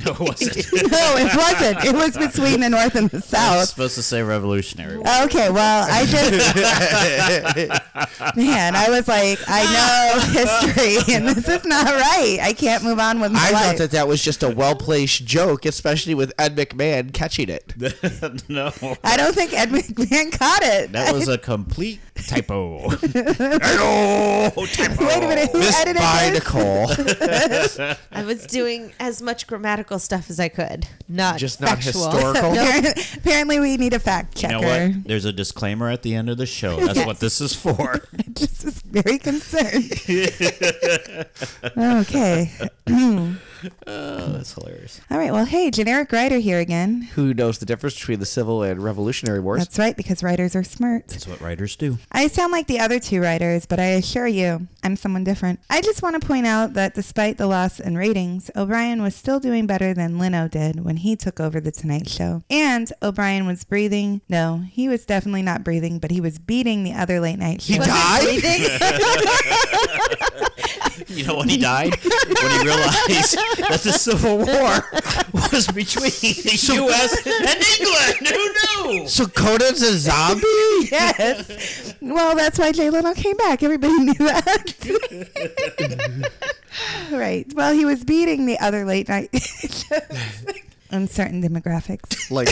[SPEAKER 6] No, it wasn't.
[SPEAKER 7] No, it wasn't. It was between the North and the
[SPEAKER 6] I was
[SPEAKER 7] South.
[SPEAKER 6] supposed to say revolutionary. War.
[SPEAKER 7] Oh. Okay, well, I just man, I was like, I know history, and this is not right. I can't move on with my
[SPEAKER 5] I
[SPEAKER 7] life.
[SPEAKER 5] thought that that was just a well placed joke, especially with Ed McMahon catching it.
[SPEAKER 6] no,
[SPEAKER 7] I don't think Ed McMahon caught it.
[SPEAKER 6] that was a complete typo. Hello, Oh, typo.
[SPEAKER 7] Wait a minute, who
[SPEAKER 5] Miss
[SPEAKER 7] edited
[SPEAKER 5] by
[SPEAKER 7] this?
[SPEAKER 5] Nicole.
[SPEAKER 8] I was doing as much grammatical stuff as I could, not
[SPEAKER 5] Just not
[SPEAKER 8] factual.
[SPEAKER 5] historical.
[SPEAKER 7] Apparently, we need a fact
[SPEAKER 6] You
[SPEAKER 7] checker.
[SPEAKER 6] know what? There's a disclaimer at the end of the show. That's what this is for.
[SPEAKER 7] This is very concerned. okay.
[SPEAKER 6] That's hilarious.
[SPEAKER 7] All right. Well, hey, generic writer here again.
[SPEAKER 5] Who knows the difference between the Civil and Revolutionary Wars?
[SPEAKER 7] That's right, because writers are smart.
[SPEAKER 6] That's what writers do.
[SPEAKER 7] I sound like the other two writers, but I assure you, I'm someone different. I just want to point out that despite the loss in ratings, O'Brien was still doing better than Leno did when he took over The Tonight Show. And O'Brien was breathing. No, he was definitely not breathing, but he was beating the other late night show.
[SPEAKER 5] He died?
[SPEAKER 6] You know when he died? when he realized that the Civil War was between the U.S. and England. Who knew?
[SPEAKER 5] So Conan's a zombie?
[SPEAKER 7] yes. Well, that's why Jay Leno came back. Everybody knew that. right. Well, he was beating the other late night uncertain demographics.
[SPEAKER 5] like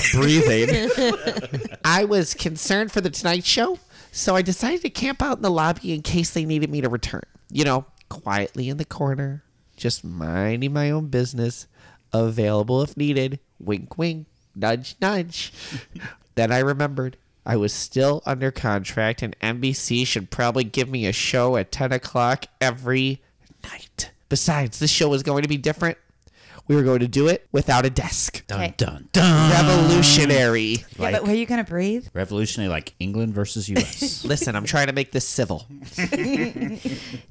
[SPEAKER 5] breathing. I was concerned for the Tonight Show, so I decided to camp out in the lobby in case they needed me to return. You know, quietly in the corner, just minding my own business, available if needed. Wink, wink, nudge, nudge. then I remembered. I was still under contract, and NBC should probably give me a show at 10 o'clock every night. Besides, this show was going to be different. We were going to do it without a desk
[SPEAKER 6] Dun
[SPEAKER 8] Okay.
[SPEAKER 6] dun dun.
[SPEAKER 5] revolutionary.
[SPEAKER 7] yeah, but were you going to breathe?
[SPEAKER 6] Revolutionary, like England versus U.S.
[SPEAKER 5] Listen, I'm trying to make this civil.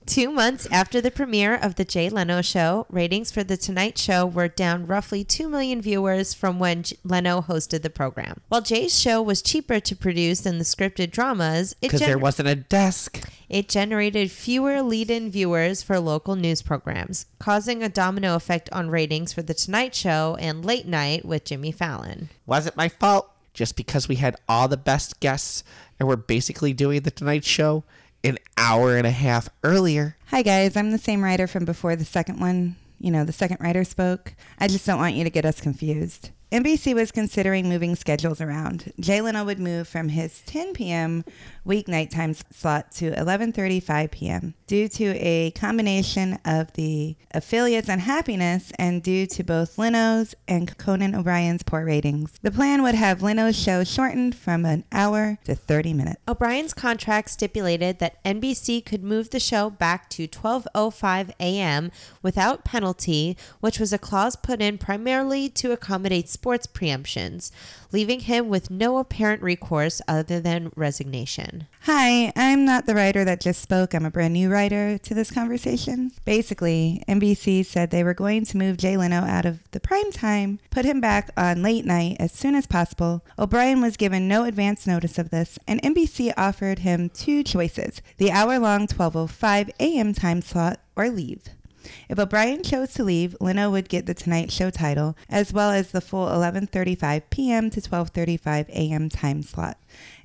[SPEAKER 8] Two months after the premiere of The Jay Leno Show, ratings for The Tonight Show were down roughly 2 million viewers from when J- Leno hosted the program. While Jay's show was cheaper to produce than the scripted dramas, it,
[SPEAKER 5] Because there
[SPEAKER 8] gen-
[SPEAKER 5] wasn't a desk.
[SPEAKER 8] it generated fewer lead in viewers for local news programs, causing a domino effect on ratings for The Tonight Show and Late Night with Jimmy Fallon.
[SPEAKER 5] Wasn't my fault. Just because we had all the best guests and we're basically doing the Tonight Show an hour and a half earlier.
[SPEAKER 7] Hi, guys. I'm the same writer from before the second one. You know, the second writer spoke. I just don't want you to get us confused. NBC was considering moving schedules around. Jay Leno would move from his 10 p.m. weeknight time slot to 11:35 p.m. due to a combination of the affiliates' unhappiness and due to both Leno's and Conan O'Brien's poor ratings. The plan would have Leno's show shortened from an hour to 30 minutes.
[SPEAKER 8] O'Brien's contract stipulated that NBC could move the show back to 12:05 a.m. without penalty, which was a clause put in primarily to accommodate sports preemptions, leaving him with no apparent recourse other than resignation.
[SPEAKER 7] Hi, I'm not the writer that just spoke. I'm a brand new writer to this conversation. Basically, NBC said they were going to move Jay Leno out of the prime time, put him back on late night as soon as possible. O'Brien was given no advance notice of this, and NBC offered him two choices the oh hour long 12.05 a.m. time slot or leave. If O'Brien chose to leave, Leno would get the Tonight Show title as well as the full 11:35 p.m. to 12:35 a.m. time slot,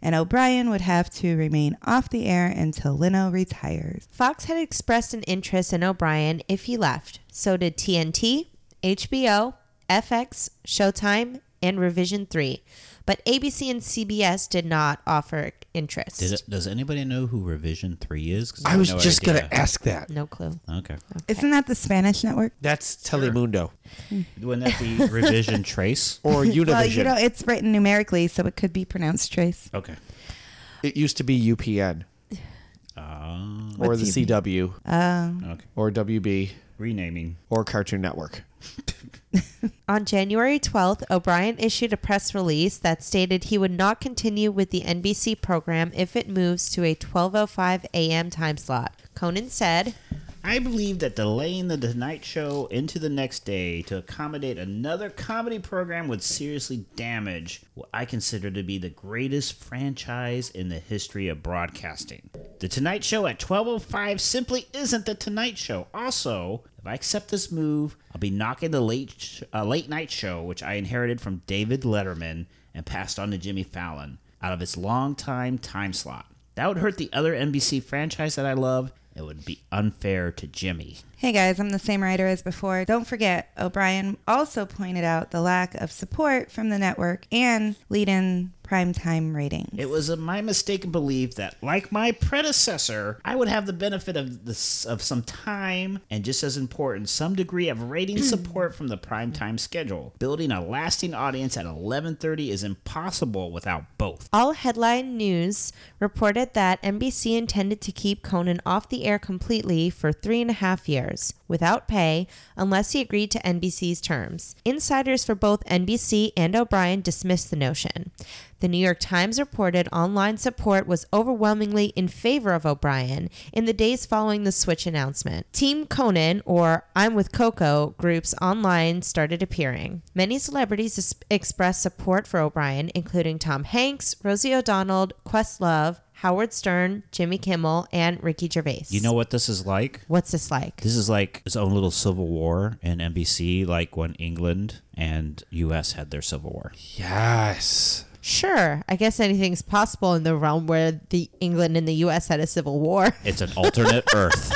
[SPEAKER 7] and O'Brien would have to remain off the air until Leno retires.
[SPEAKER 8] Fox had expressed an interest in O'Brien if he left. So did TNT, HBO, FX, Showtime, and Revision 3. But ABC and CBS did not offer interest.
[SPEAKER 6] Did it, does anybody know who Revision Three is? 'Cause
[SPEAKER 5] I
[SPEAKER 6] have
[SPEAKER 5] was
[SPEAKER 6] no
[SPEAKER 5] just going
[SPEAKER 6] idea.
[SPEAKER 5] to ask that.
[SPEAKER 8] No clue.
[SPEAKER 6] Okay.
[SPEAKER 7] Isn't that the Spanish network?
[SPEAKER 5] That's Telemundo
[SPEAKER 6] Wouldn't that be Revision Trace?
[SPEAKER 5] or Univision.
[SPEAKER 7] Well, you know, it's written numerically, so it could be pronounced trace.
[SPEAKER 6] Okay.
[SPEAKER 5] it used to be UPN
[SPEAKER 6] Uh,
[SPEAKER 5] or the CW
[SPEAKER 6] Um. okay.
[SPEAKER 5] or WB
[SPEAKER 6] Renaming.
[SPEAKER 5] or Cartoon Network.
[SPEAKER 8] On January 12th, O'Brien issued a press release that stated he would not continue with the NBC program if it moves to a 12:05 a.m. time slot. Conan said,
[SPEAKER 6] I believe that delaying the Tonight Show into the next day to accommodate another comedy program would seriously damage what I consider to be the greatest franchise in the history of oh broadcasting. The Tonight Show at 12:05 simply isn't the Tonight Show. Also, If I accept this move, I'll be knocking the late sh- uh, late night show, which I inherited from David Letterman and passed on to Jimmy Fallon, out of its longtime time slot. That would hurt the other NBC franchise that I love. It would be unfair to Jimmy.
[SPEAKER 7] Hey guys, I'm the same writer as before. Don't forget, O'Brien also pointed out the lack of support from the network and lead in primetime ratings.
[SPEAKER 6] It was a, my mistaken belief that, like my predecessor, I would have the benefit of this, of some time and, just as important, some degree of rating
[SPEAKER 8] Hmm.
[SPEAKER 6] support from the primetime schedule. Building a lasting audience at 11:30 is impossible without both.
[SPEAKER 8] All headline news reported that NBC intended to keep Conan off the air completely for three and a half years without pay unless he agreed to NBC's terms. Insiders for both NBC and O'Brien dismissed the notion. The New York Times reported online support was overwhelmingly in favor of O'Brien in the days following the switch announcement. Team Conan, or I'm with Coco, groups online started appearing. Many celebrities es- expressed support for O'Brien, including Tom Hanks, Rosie O'Donnell, Questlove, Howard Stern, Jimmy Kimmel, and Ricky Gervais.
[SPEAKER 6] You know what this is like?
[SPEAKER 8] what's this like?
[SPEAKER 6] This is like its own little civil war in NBC, like when England and U.S. had their civil war.
[SPEAKER 10] Yes.
[SPEAKER 8] Sure, I guess anything's possible in the realm where the England and the U.S. had a civil war.
[SPEAKER 6] It's an alternate Earth.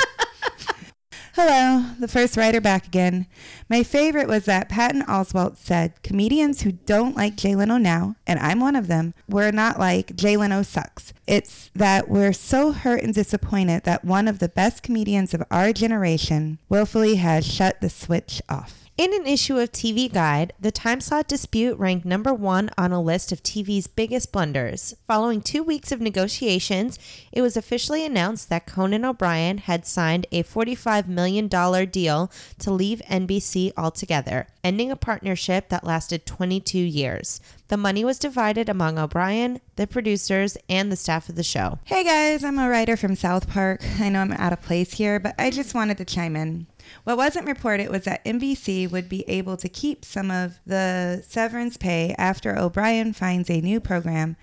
[SPEAKER 7] Hello, the first writer back again. My favorite was that Patton Oswalt said comedians who don't like Jay Leno now, and I'm one of them, we're not like Jay Leno sucks. It's that we're so hurt and disappointed that one of the best comedians of our generation willfully has shut the switch off.
[SPEAKER 8] In an issue of TV Guide, the time slot dispute ranked number one on a list of TV's biggest blunders. Following two weeks of negotiations, it was officially announced that Conan O'Brien had signed a $45 million deal to leave NBC altogether, ending a partnership that lasted 22 years. The money was divided among O'Brien, the producers, and the staff of the show.
[SPEAKER 7] Hey guys, I'm a writer from South Park. I know I'm out of place here, but I just wanted to chime in. What wasn't reported was that NBC would be able to keep some of the severance pay after O'Brien finds a new program,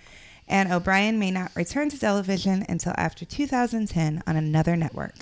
[SPEAKER 7] and O'Brien may not return to television until after 2010 on another network.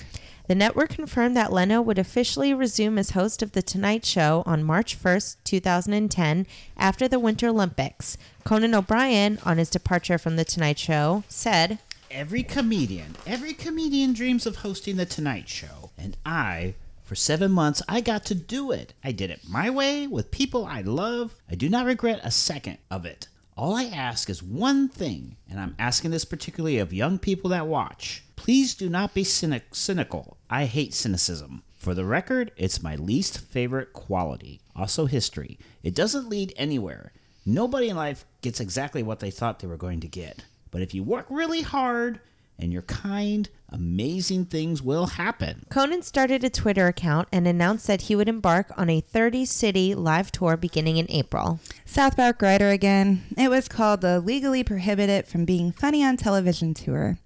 [SPEAKER 8] The network confirmed that Leno would officially resume as host of The Tonight Show on March 1st, 2010, after the Winter Olympics. Conan O'Brien, on his departure from The Tonight Show, said,
[SPEAKER 6] Every comedian, every comedian dreams of hosting The Tonight Show. And I, for seven months, I got to do it. I did it my way with people I love. I do not regret a second of it. All I ask is one thing, and I'm asking this particularly of young people that watch. Please do not be cynic- cynical. I hate cynicism. For the record, it's my least favorite quality. Also, history. It doesn't lead anywhere. Nobody in life gets exactly what they thought they were going to get. But if you work really hard and you're kind, amazing things will happen.
[SPEAKER 8] Conan started a Twitter account and announced that he would embark on a 30 city live tour beginning in April.
[SPEAKER 7] South Park writer again. It was called the Legally Prohibited from Being Funny on Television tour.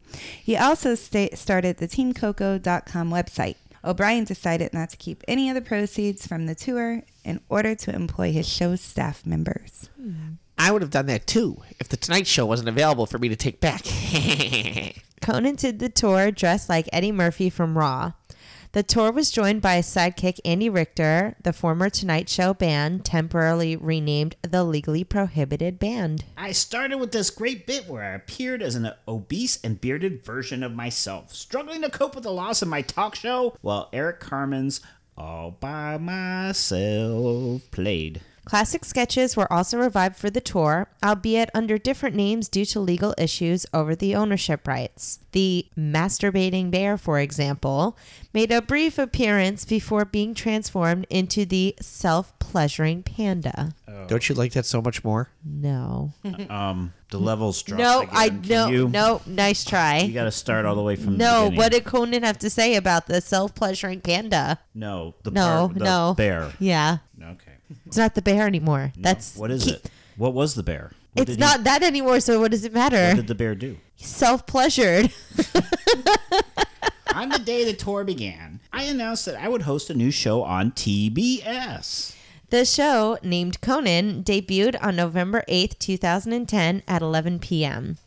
[SPEAKER 7] He also sta- started the TeamCoco.com website. O'Brien decided not to keep any of the proceeds from the tour in order to employ his show's staff members.
[SPEAKER 10] I would have done that too if the Tonight Show wasn't available for me to take back.
[SPEAKER 8] Conan did the tour dressed like Eddie Murphy from Raw. The tour was joined by his sidekick Andy Richter, the former Tonight Show band, temporarily renamed the Legally Prohibited Band.
[SPEAKER 6] I started with this great bit where I appeared as an obese and bearded version of myself, struggling to cope with the loss of my talk show while Eric Carmen's All by Myself played.
[SPEAKER 8] Classic sketches were also revived for the tour, albeit under different names due to legal issues over the ownership rights. The Masturbating Bear, for example, made a brief appearance before being transformed into the Self Pleasuring Panda.
[SPEAKER 5] Don't you like that so much more?
[SPEAKER 8] No.
[SPEAKER 6] Um, the levels dropped.
[SPEAKER 8] No, I
[SPEAKER 6] again. Can
[SPEAKER 8] no
[SPEAKER 6] you,
[SPEAKER 8] no. Nice try.
[SPEAKER 6] You got to start all the way from the
[SPEAKER 8] no,
[SPEAKER 6] beginning.
[SPEAKER 8] what did Conan have to say about the self-pleasuring panda?
[SPEAKER 6] No, the bar-
[SPEAKER 8] No,
[SPEAKER 6] the
[SPEAKER 8] no.
[SPEAKER 6] bear.
[SPEAKER 8] Yeah,
[SPEAKER 6] Okay.
[SPEAKER 8] it's not the bear anymore. That's
[SPEAKER 6] what is
[SPEAKER 8] keep-
[SPEAKER 6] it? What was the bear? What did
[SPEAKER 8] it's
[SPEAKER 6] he-
[SPEAKER 8] not that anymore. So what does it
[SPEAKER 6] what
[SPEAKER 8] matter?
[SPEAKER 6] did the bear do?
[SPEAKER 8] Self-pleasured.
[SPEAKER 6] on the day the tour began, I announced that I would host a new show on TBS.
[SPEAKER 8] The show, named Conan, debuted on November 8th, 2010 at 11 p.m.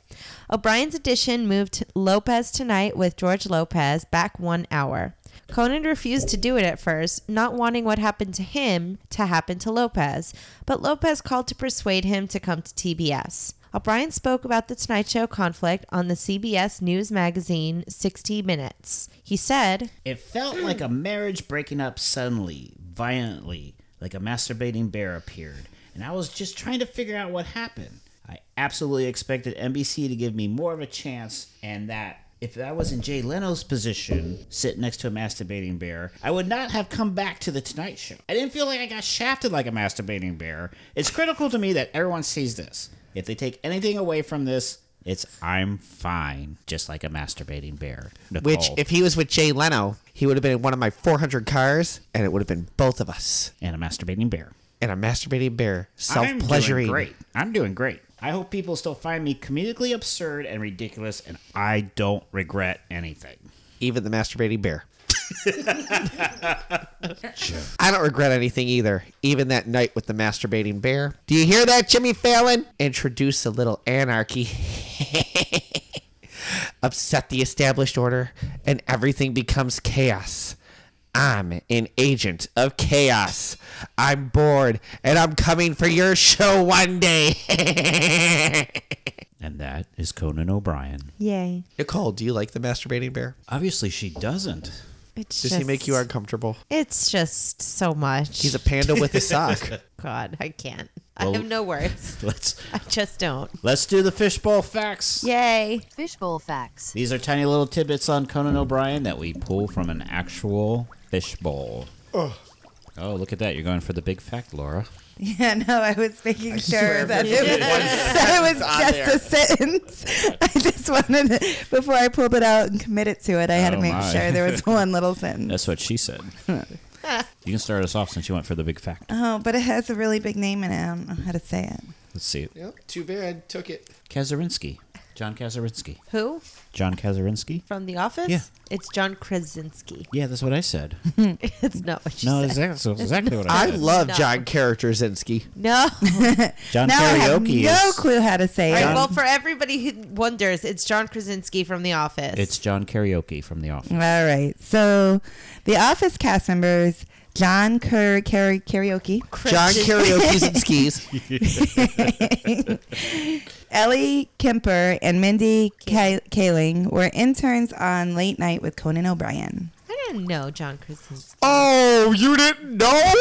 [SPEAKER 8] O'Brien's edition moved Lopez Tonight with George Lopez back one hour. Conan refused to do it at first, not wanting what happened to him to happen to Lopez, but Lopez called to persuade him to come to TBS. O'Brien spoke about the Tonight Show conflict on the CBS News magazine 60 Minutes. He said,
[SPEAKER 6] It felt like a marriage breaking up suddenly, violently, like a masturbating bear appeared, and I was just trying to figure out what happened. I absolutely expected NBC to give me more of a chance, and that if I was in Jay Leno's position, sitting next to a masturbating bear, I would not have come back to The Tonight Show. I didn't feel like I got shafted like a masturbating bear. It's critical to me that everyone sees this. If they take anything away from this, it's I'm fine, just like a masturbating bear.
[SPEAKER 5] Which,
[SPEAKER 6] Nicole.
[SPEAKER 5] if he was with Jay Leno, he would have been in one of my 400 cars, and it would have been both of us
[SPEAKER 6] and a masturbating bear.
[SPEAKER 5] and a masturbating bear self
[SPEAKER 6] I'm doing
[SPEAKER 5] pleasuring.
[SPEAKER 6] Great. I'm doing great. I hope people still find me comedically absurd and ridiculous, and I don't regret anything.
[SPEAKER 5] even the masturbating bear. I don't regret anything either, even that night with the masturbating bear. Do you hear that, Jimmy Fallon? Introduce a little anarchy. Upset the established order, and everything becomes chaos. I'm an agent of chaos. I'm bored, and I'm coming for your show one day.
[SPEAKER 6] And that is Conan O'Brien.
[SPEAKER 8] Yay.
[SPEAKER 5] Nicole, do you like the masturbating bear?
[SPEAKER 6] Obviously, she doesn't.
[SPEAKER 8] It's
[SPEAKER 5] Does
[SPEAKER 8] just,
[SPEAKER 5] he make you uncomfortable?
[SPEAKER 8] It's just so much.
[SPEAKER 5] He's a panda with a sock.
[SPEAKER 8] God, I can't. I have no words.
[SPEAKER 6] Let's
[SPEAKER 8] I just don't.
[SPEAKER 6] let's do the fishbowl facts.
[SPEAKER 8] Yay.
[SPEAKER 11] Fishbowl facts.
[SPEAKER 6] These are tiny little tidbits on Conan O'Brien that we pull from an actual fishbowl. Oh, look at that! You're going for the big fact, Laura.
[SPEAKER 7] Yeah, no, I was making sure that it was, that it was just a sentence. I just wanted to, before I pulled it out and committed to it, I had
[SPEAKER 6] Oh,
[SPEAKER 7] to make
[SPEAKER 6] my.
[SPEAKER 7] sure there was one little sentence.
[SPEAKER 6] That's what she said. you can start us off since you went for the big fact.
[SPEAKER 7] Oh, but it has a really big name in it. I don't know how to say it.
[SPEAKER 6] Let's see.
[SPEAKER 12] Yep, too bad. Took it.
[SPEAKER 6] Kazarinsky, John Kazarinsky,
[SPEAKER 8] Who?
[SPEAKER 6] John Kazarinsky.
[SPEAKER 8] From The Office?
[SPEAKER 6] Yeah.
[SPEAKER 8] It's John Krasinski.
[SPEAKER 6] Yeah, that's what I said.
[SPEAKER 8] It's not what you
[SPEAKER 6] No,
[SPEAKER 8] said.
[SPEAKER 6] exactly, that's exactly what I
[SPEAKER 5] I
[SPEAKER 6] said.
[SPEAKER 5] love
[SPEAKER 8] No.
[SPEAKER 5] John Karaczynski.
[SPEAKER 8] No.
[SPEAKER 6] John
[SPEAKER 7] now I have
[SPEAKER 6] Karaoke
[SPEAKER 7] no
[SPEAKER 6] is
[SPEAKER 7] clue how to say
[SPEAKER 8] All
[SPEAKER 7] it.
[SPEAKER 8] right, well, for everybody who wonders, it's John Krasinski from The Office.
[SPEAKER 6] it's John Karaoke from The Office.
[SPEAKER 7] All right. So the office cast members, John Kerr Kerr Karaoke,
[SPEAKER 5] John karaoke's and skis.
[SPEAKER 7] Ellie Kemper, and Mindy Ka- Kaling were interns on Late Night with Conan O'Brien.
[SPEAKER 8] I didn't know John Krasinski.
[SPEAKER 5] Oh, you didn't know?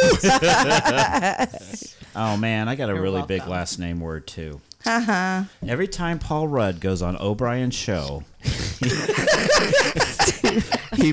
[SPEAKER 6] Oh man, I got a really big
[SPEAKER 8] welcome.
[SPEAKER 6] last name word too.
[SPEAKER 7] Uh-huh.
[SPEAKER 6] Every time Paul Rudd goes on O'Brien's show, he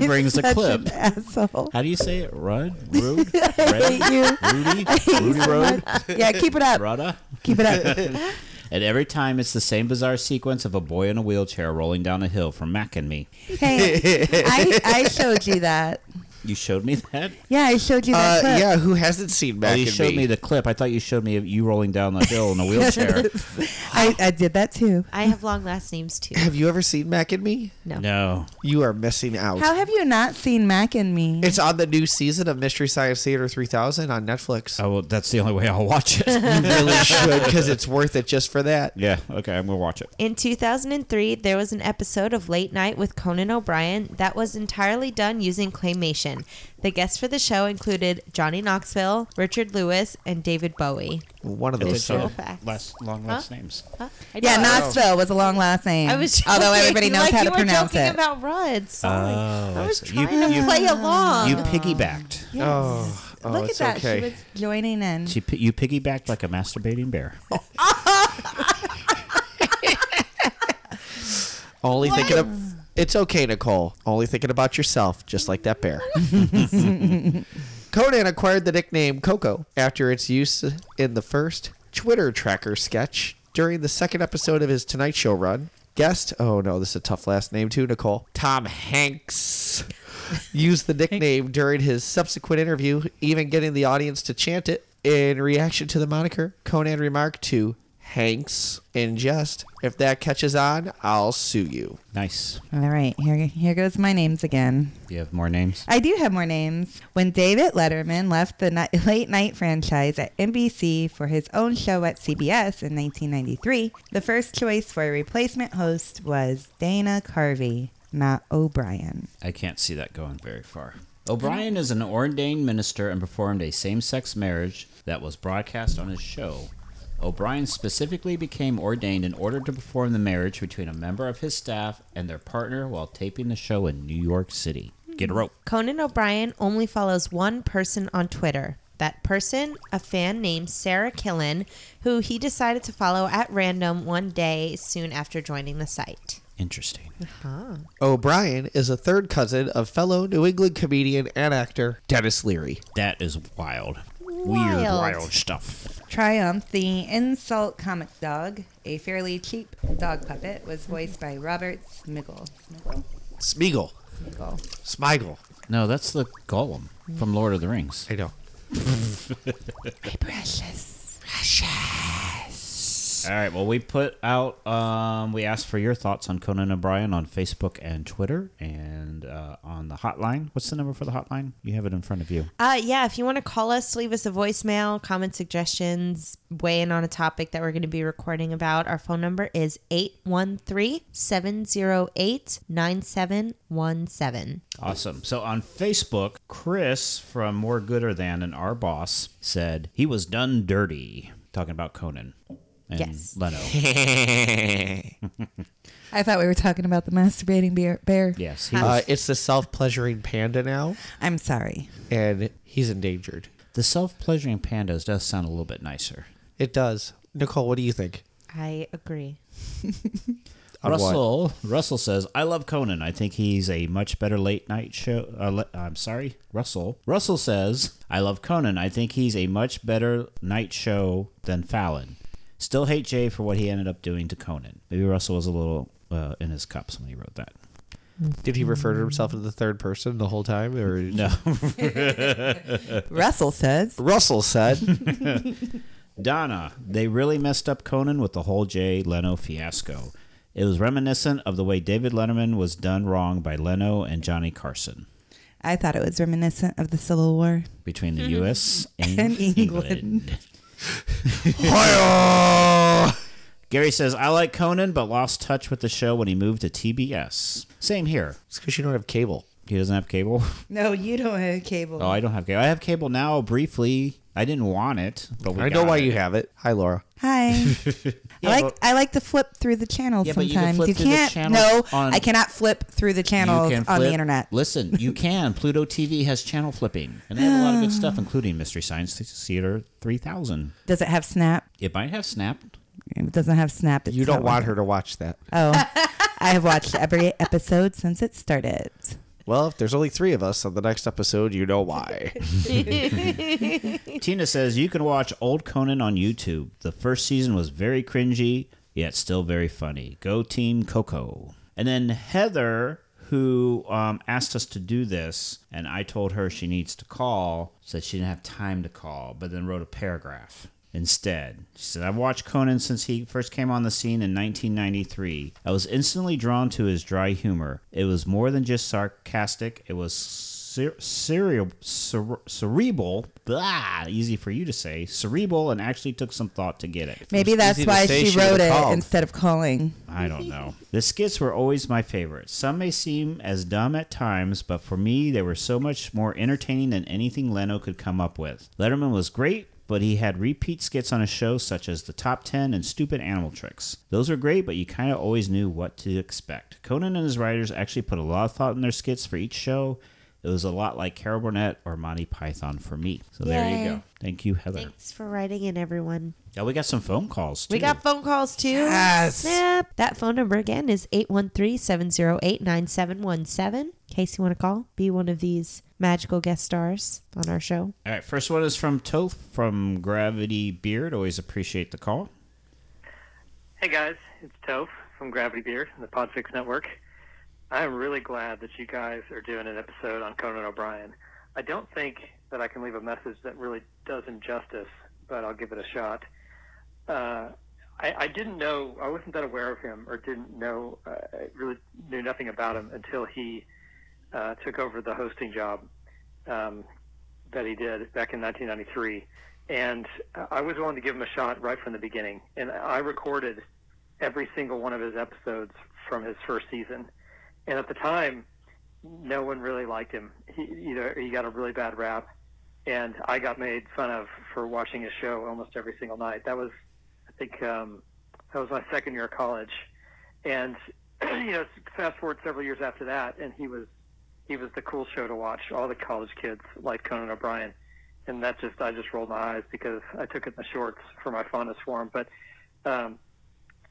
[SPEAKER 6] brings a
[SPEAKER 7] Such
[SPEAKER 6] clip.
[SPEAKER 7] an asshole.
[SPEAKER 6] How do you say it? Rudd? Rude? Red?
[SPEAKER 7] Hate you.
[SPEAKER 6] Rudy?
[SPEAKER 7] Hate you
[SPEAKER 6] Rudy
[SPEAKER 7] so
[SPEAKER 6] Road?
[SPEAKER 7] much. Yeah, keep it up.
[SPEAKER 6] Rudda?
[SPEAKER 7] Keep it up.
[SPEAKER 6] And every time it's the same bizarre sequence of a boy in a wheelchair rolling down a hill from Mac and me.
[SPEAKER 7] Hey, I, I showed you that.
[SPEAKER 6] You showed me that?
[SPEAKER 7] Yeah, I showed you that
[SPEAKER 5] Uh,
[SPEAKER 7] clip.
[SPEAKER 5] yeah, who hasn't seen
[SPEAKER 6] Oh,
[SPEAKER 5] Mac
[SPEAKER 6] you
[SPEAKER 5] and
[SPEAKER 6] showed
[SPEAKER 5] me?
[SPEAKER 6] me the clip. I thought you showed me you rolling down the hill in a wheelchair.
[SPEAKER 7] I, I did that too.
[SPEAKER 8] I have long last names too.
[SPEAKER 5] Have you ever seen Mac and Me?
[SPEAKER 6] no.
[SPEAKER 5] You are missing out.
[SPEAKER 7] How have you not seen Mac and me?
[SPEAKER 5] it's on the new season of Mystery Science Theater 3000 on Netflix.
[SPEAKER 6] Oh, well, that's the only way I'll watch it.
[SPEAKER 5] You really should because it's worth it just for that.
[SPEAKER 6] yeah, okay, I'm going to watch it.
[SPEAKER 8] In 2003, there was an episode of Late Night with Conan O'Brien that was entirely done using claymation. The guests for the show included Johnny Knoxville, Richard Lewis, and David Bowie.
[SPEAKER 5] One of
[SPEAKER 6] It
[SPEAKER 5] those.
[SPEAKER 6] was
[SPEAKER 5] two.
[SPEAKER 8] Visual
[SPEAKER 6] so
[SPEAKER 8] facts.
[SPEAKER 6] last, long last names.
[SPEAKER 8] Huh? I
[SPEAKER 7] yeah,
[SPEAKER 8] know.
[SPEAKER 7] Knoxville was a long last name.
[SPEAKER 8] I was joking.
[SPEAKER 7] although everybody knows
[SPEAKER 8] like
[SPEAKER 7] how
[SPEAKER 8] you
[SPEAKER 7] to
[SPEAKER 8] were
[SPEAKER 7] pronounce
[SPEAKER 8] joking
[SPEAKER 7] it.
[SPEAKER 8] about Rudd.
[SPEAKER 6] Oh,
[SPEAKER 8] Sorry. I
[SPEAKER 6] I
[SPEAKER 8] was
[SPEAKER 6] see. You-
[SPEAKER 8] trying to
[SPEAKER 6] you-
[SPEAKER 8] play along.
[SPEAKER 6] You piggybacked.
[SPEAKER 7] Yes.
[SPEAKER 5] Oh, oh,
[SPEAKER 7] Look at
[SPEAKER 5] it's
[SPEAKER 7] that.
[SPEAKER 5] okay.
[SPEAKER 7] She was joining in.
[SPEAKER 6] She, pi- you piggybacked like a masturbating bear.
[SPEAKER 5] Oh. Only thinking of. It's okay, Nicole. Only thinking about yourself, just like that bear. Conan acquired the nickname Coco after its use in the first Twitter tracker sketch during the second episode of his Tonight Show run. Guest, oh no, this is a tough last name too, Nicole. Tom Hanks used the nickname during his subsequent interview, even getting the audience to chant it. In reaction to the moniker, Conan remarked to Hanks in jest, If that catches on, I'll sue you.
[SPEAKER 6] Nice.
[SPEAKER 7] All right, here here goes my names again.
[SPEAKER 6] Do you have more names?
[SPEAKER 7] I do have more names. When David Letterman left the ni- late night franchise at NBC for his own show at CBS in 1993, the first choice for a replacement host was Dana Carvey. not O'Brien.
[SPEAKER 6] I can't see that going very far. O'Brien is an ordained minister and performed a same sex marriage that was broadcast on his show. O'Brien specifically became ordained in order to perform the marriage between a member of his staff and their partner while taping the show in New York City. Get a rope.
[SPEAKER 8] Conan O'Brien only follows one person on Twitter. That person, a fan named Sarah Killen, who he decided to follow at random one day soon after joining the site.
[SPEAKER 6] Interesting.
[SPEAKER 8] Uh-huh.
[SPEAKER 10] O'Brien is a third cousin of fellow New England comedian and actor Dennis Leary.
[SPEAKER 6] That is wild. Weird,
[SPEAKER 8] Wild.
[SPEAKER 6] wild stuff.
[SPEAKER 7] Triumph, the insult comic dog, a fairly cheap dog puppet, was voiced by Robert Smiggle.
[SPEAKER 10] Smeagol.
[SPEAKER 7] Smiggle? Smiggle.
[SPEAKER 10] Smigel.
[SPEAKER 6] No, that's the Golem from Lord of the Rings.
[SPEAKER 10] I know.
[SPEAKER 7] Precious.
[SPEAKER 6] All right. Well, we put out. Um, we asked for your thoughts on Conan O'Brien on Facebook and Twitter, and uh, on the hotline. What's the number for the hotline? You have it in front of you.
[SPEAKER 8] Uh, yeah, if you want to call us, leave us a voicemail, comment suggestions, weigh in on a topic that we're going to be recording about. Our phone number is 813 708 9717.
[SPEAKER 6] Awesome. So on Facebook, Chris from More Good or Than and Our Boss said he was done dirty talking about Conan and
[SPEAKER 8] Yes.
[SPEAKER 6] Leno.
[SPEAKER 7] I thought we were talking about the masturbating bear. bear.
[SPEAKER 6] yes. He
[SPEAKER 10] Uh,
[SPEAKER 6] was,
[SPEAKER 10] it's the self pleasuring panda now,
[SPEAKER 7] I'm sorry.
[SPEAKER 10] and he's endangered.
[SPEAKER 6] the self-pleasuring pandas does sound a little bit nicer.
[SPEAKER 10] It does. Nicole, what do you think?
[SPEAKER 8] I agree.
[SPEAKER 10] On what?
[SPEAKER 6] Russell Russell says, "I love Conan. I think he's a much better late night show." Uh, le- I'm sorry, Russell. Russell says, "I love Conan. I think he's a much better night show than Fallon. Still hate Jay for what he ended up doing to Conan. Maybe Russell was a little uh, in his cups when he wrote that.
[SPEAKER 10] Did he refer to himself in the third person the whole time? Or
[SPEAKER 6] No,
[SPEAKER 7] Russell says
[SPEAKER 10] Russell said,
[SPEAKER 6] Donna, they really messed up Conan with the whole Jay Leno fiasco. It was reminiscent of the way David Letterman was done wrong by Leno and Johnny Carson."
[SPEAKER 7] I thought it was reminiscent of the Civil War.
[SPEAKER 6] Between the U.S. and,
[SPEAKER 7] Mm-hmm. And England.
[SPEAKER 6] England. Gary says, I like Conan, but lost touch with the show when he moved to TBS. Same here.
[SPEAKER 10] it's because you don't have cable.
[SPEAKER 6] He doesn't have cable.
[SPEAKER 7] No, you don't have cable.
[SPEAKER 6] Oh, I don't have cable. I have cable now briefly. I didn't want it, but we
[SPEAKER 10] I know
[SPEAKER 6] got
[SPEAKER 10] why
[SPEAKER 6] it.
[SPEAKER 10] you have it. Hi, Laura.
[SPEAKER 7] Hi.
[SPEAKER 6] Yeah,
[SPEAKER 7] I like
[SPEAKER 6] but-
[SPEAKER 7] I like to flip through the channels
[SPEAKER 6] Yeah, but you can
[SPEAKER 7] sometimes.
[SPEAKER 6] flip
[SPEAKER 7] You,
[SPEAKER 6] through the
[SPEAKER 7] can't.
[SPEAKER 6] channels
[SPEAKER 7] no,
[SPEAKER 6] on-
[SPEAKER 7] I cannot flip through the
[SPEAKER 6] You
[SPEAKER 7] channels
[SPEAKER 6] can
[SPEAKER 7] on the
[SPEAKER 6] flip-
[SPEAKER 7] internet.
[SPEAKER 6] Listen, you can. Pluto TV has channel flipping, and they have a lot of good stuff, including Mystery Science Theater 3000.
[SPEAKER 7] Does it have Snap?
[SPEAKER 6] It might have snapped.
[SPEAKER 7] If It doesn't have Snap. It's
[SPEAKER 10] You don't
[SPEAKER 7] not
[SPEAKER 10] want
[SPEAKER 7] working.
[SPEAKER 10] her to watch that.
[SPEAKER 7] Oh, I have watched every episode since it started.
[SPEAKER 10] Well, if there's only three of us on the next episode, you know why.
[SPEAKER 6] Tina says you can watch old Conan on YouTube. The first season was very cringy, yet still very funny. Go Team Coco. And then Heather, who um, asked us to do this, and I told her she needs to call, said she didn't have time to call, but then wrote a paragraph instead. She said, I've watched Conan since he first came on the scene in 1993. I was instantly drawn to his dry humor. It was more than just sarcastic, it was cer- cereal, cere- cerebral, blah, easy for you to say, cerebral, and actually took some thought to get it.
[SPEAKER 7] Maybe that's
[SPEAKER 10] easy to
[SPEAKER 7] why
[SPEAKER 10] say
[SPEAKER 7] she
[SPEAKER 10] she would've
[SPEAKER 7] wrote it
[SPEAKER 10] called.
[SPEAKER 7] instead of calling.
[SPEAKER 6] I don't know. the skits were always my favorite. Some may seem as dumb at times, but for me, they were so much more entertaining than anything Leno could come up with. Letterman was great, but he had repeat skits on his show, such as the Top 10 and Stupid Animal Tricks. Those were great, but you kind of always knew what to expect. Conan and his writers actually put a lot of thought in their skits for each show. It was a lot like Carol Burnett or Monty Python for me. So there you
[SPEAKER 8] Yay.
[SPEAKER 6] go. Thank you, Heather.
[SPEAKER 8] Thanks for writing in, everyone.
[SPEAKER 6] Yeah, we got some phone calls too.
[SPEAKER 8] We got phone calls too. Yes. Snap. That phone number again is 813-708-9717. In case you want to call, be one of these magical guest stars on our show.
[SPEAKER 6] All right, first one is from Toth from Gravity Beard. Always appreciate the call.
[SPEAKER 13] Hey guys, it's Toph from Gravity Beard and the Podfix Network. I am really glad that you guys are doing an episode on Conan O'Brien. I don't think that I can leave a message that really does him justice, but I'll give it a shot. Uh, I, I didn't know, I wasn't that aware of him or didn't know, uh, I really knew nothing about him until he uh, took over the hosting job um, that he did back in 1993. And I was willing to give him a shot right from the beginning. And I recorded every single one of his episodes from his first season. And at the time, no one really liked him. He either he got a really bad rap, and I got made fun of for watching his show almost every single night. That was, I think, um, that was my second year of college, and you know, fast forward several years after that, and he was he was the cool show to watch. All the college kids like Conan O'Brien, and that just I just rolled my eyes because I took it in the shorts for my fondness for him. But um,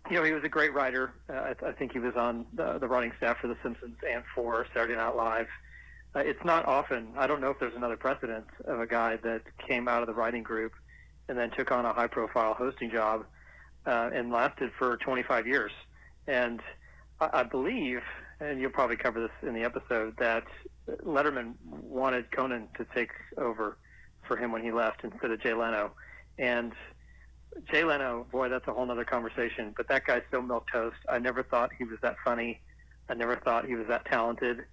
[SPEAKER 13] you know, he was a great writer. Uh, I, I think he was on the, the writing staff for The Simpsons and for Saturday Night Live. Uh, it's not often. I don't know if there's another precedent of a guy that came out of the writing group and then took on a high-profile hosting job uh, and lasted for 25 years. And I, I believe, and you'll probably cover this in the episode, that Letterman wanted Conan to take over for him when he left instead of Jay Leno. And Jay Leno, boy, that's a whole nother conversation. But that guy's so milk toast. I never thought he was that funny. I never thought he was that talented.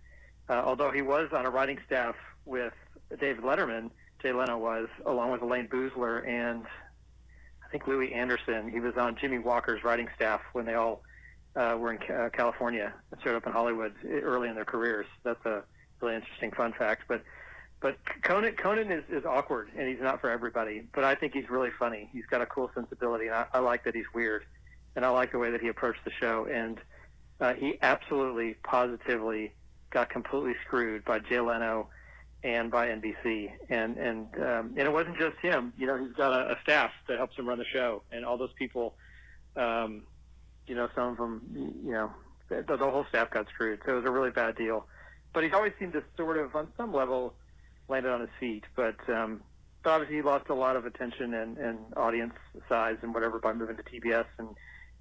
[SPEAKER 13] Uh, although he was on a writing staff with David Letterman, Jay Leno was, along with Elaine Boozler and I think Louis Anderson. He was on Jimmy Walker's writing staff when they all uh, were in ca- uh, California and showed up in Hollywood e- early in their careers. That's a really interesting fun fact. But but Conan Conan is, is awkward and he's not for everybody. But I think he's really funny. He's got a cool sensibility and I, I like that he's weird, and I like the way that he approached the show. And uh, he absolutely positively got completely screwed by Jay Leno and by NBC. And and um, and it wasn't just him. You know, he's got a, a staff that helps him run the show, and all those people. Um, you know, some of them, you know, the, the whole staff got screwed. So it was a really bad deal. But he's always seemed to sort of, on some level, landed on his feet. But, um, but obviously, he lost a lot of attention and, and audience size and whatever by moving to TBS. And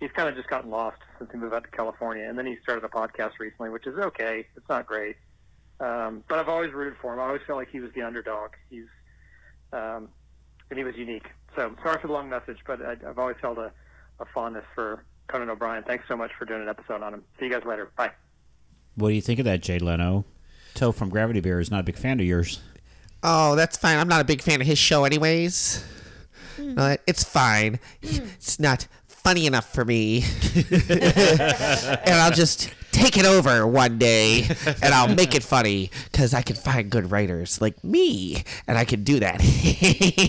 [SPEAKER 13] he's kind of just gotten lost since he moved out to California. And then he started a podcast recently, which is okay. It's not great. Um, but I've always rooted for him. I always felt like he was the underdog. He's, um, and he was unique. So sorry for the long message, but I, I've always held a, a fondness for Conan O'Brien. Thanks so much for doing an episode on him. See you guys later. Bye.
[SPEAKER 6] What do you think of that, Jay Leno? Toe from Gravity Bear is not a big fan of yours.
[SPEAKER 10] Oh, that's fine. I'm not a big fan of his show, anyways.
[SPEAKER 7] Hmm.
[SPEAKER 10] No, it's fine. It's not funny enough for me. and I'll just take it over one day and I'll make it funny because I can find good writers like me and I can do that.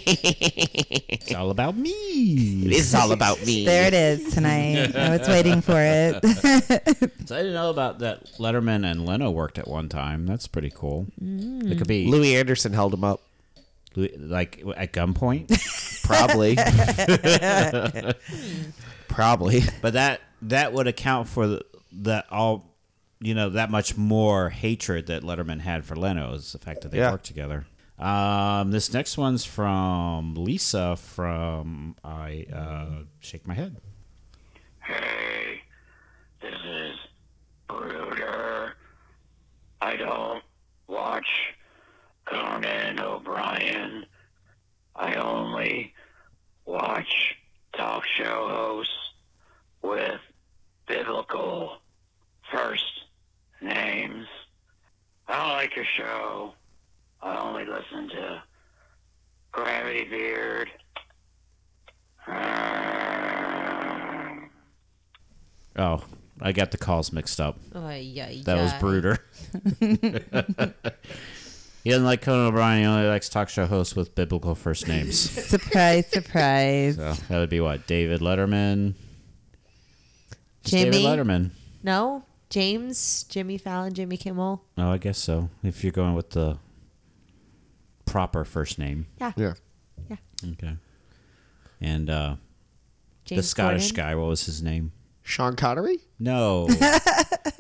[SPEAKER 6] It's all about me.
[SPEAKER 10] this is all about me.
[SPEAKER 7] There it is tonight. I was waiting for it.
[SPEAKER 6] So I didn't know about that. Letterman and Leno worked at one time. That's pretty cool.
[SPEAKER 7] Mm.
[SPEAKER 6] It could be
[SPEAKER 10] Louis Anderson held him up.
[SPEAKER 6] Louis- like at gunpoint.
[SPEAKER 10] Probably. Probably.
[SPEAKER 6] but that that would account for the, that all you know that much more hatred that Letterman had for Leno is the fact that they
[SPEAKER 10] Yeah.
[SPEAKER 6] worked together. Um, this next one's from Lisa from I uh, shake my head.
[SPEAKER 9] Hey, this is Bruder. I don't watch Conan O'Brien. I only watch talk show hosts with biblical first names. I don't like your show. I only listen to Gravity Beard.
[SPEAKER 6] Oh, I got the calls mixed up.
[SPEAKER 8] Oh, yeah,
[SPEAKER 6] That was Bruder. he doesn't like Conan O'Brien. He only likes talk show hosts with biblical first names.
[SPEAKER 7] surprise, surprise.
[SPEAKER 6] so that would be what David Letterman. Just
[SPEAKER 8] Jimmy.
[SPEAKER 6] David Letterman.
[SPEAKER 8] No, James, Jimmy Fallon, Jimmy Kimmel.
[SPEAKER 6] Oh, I guess so. If you're going with the proper first name.
[SPEAKER 8] Yeah.
[SPEAKER 10] Yeah.
[SPEAKER 6] Okay. And uh, the
[SPEAKER 8] James
[SPEAKER 6] Scottish
[SPEAKER 8] Corden.
[SPEAKER 6] guy, what was his name?
[SPEAKER 10] Sean Connery?
[SPEAKER 6] No.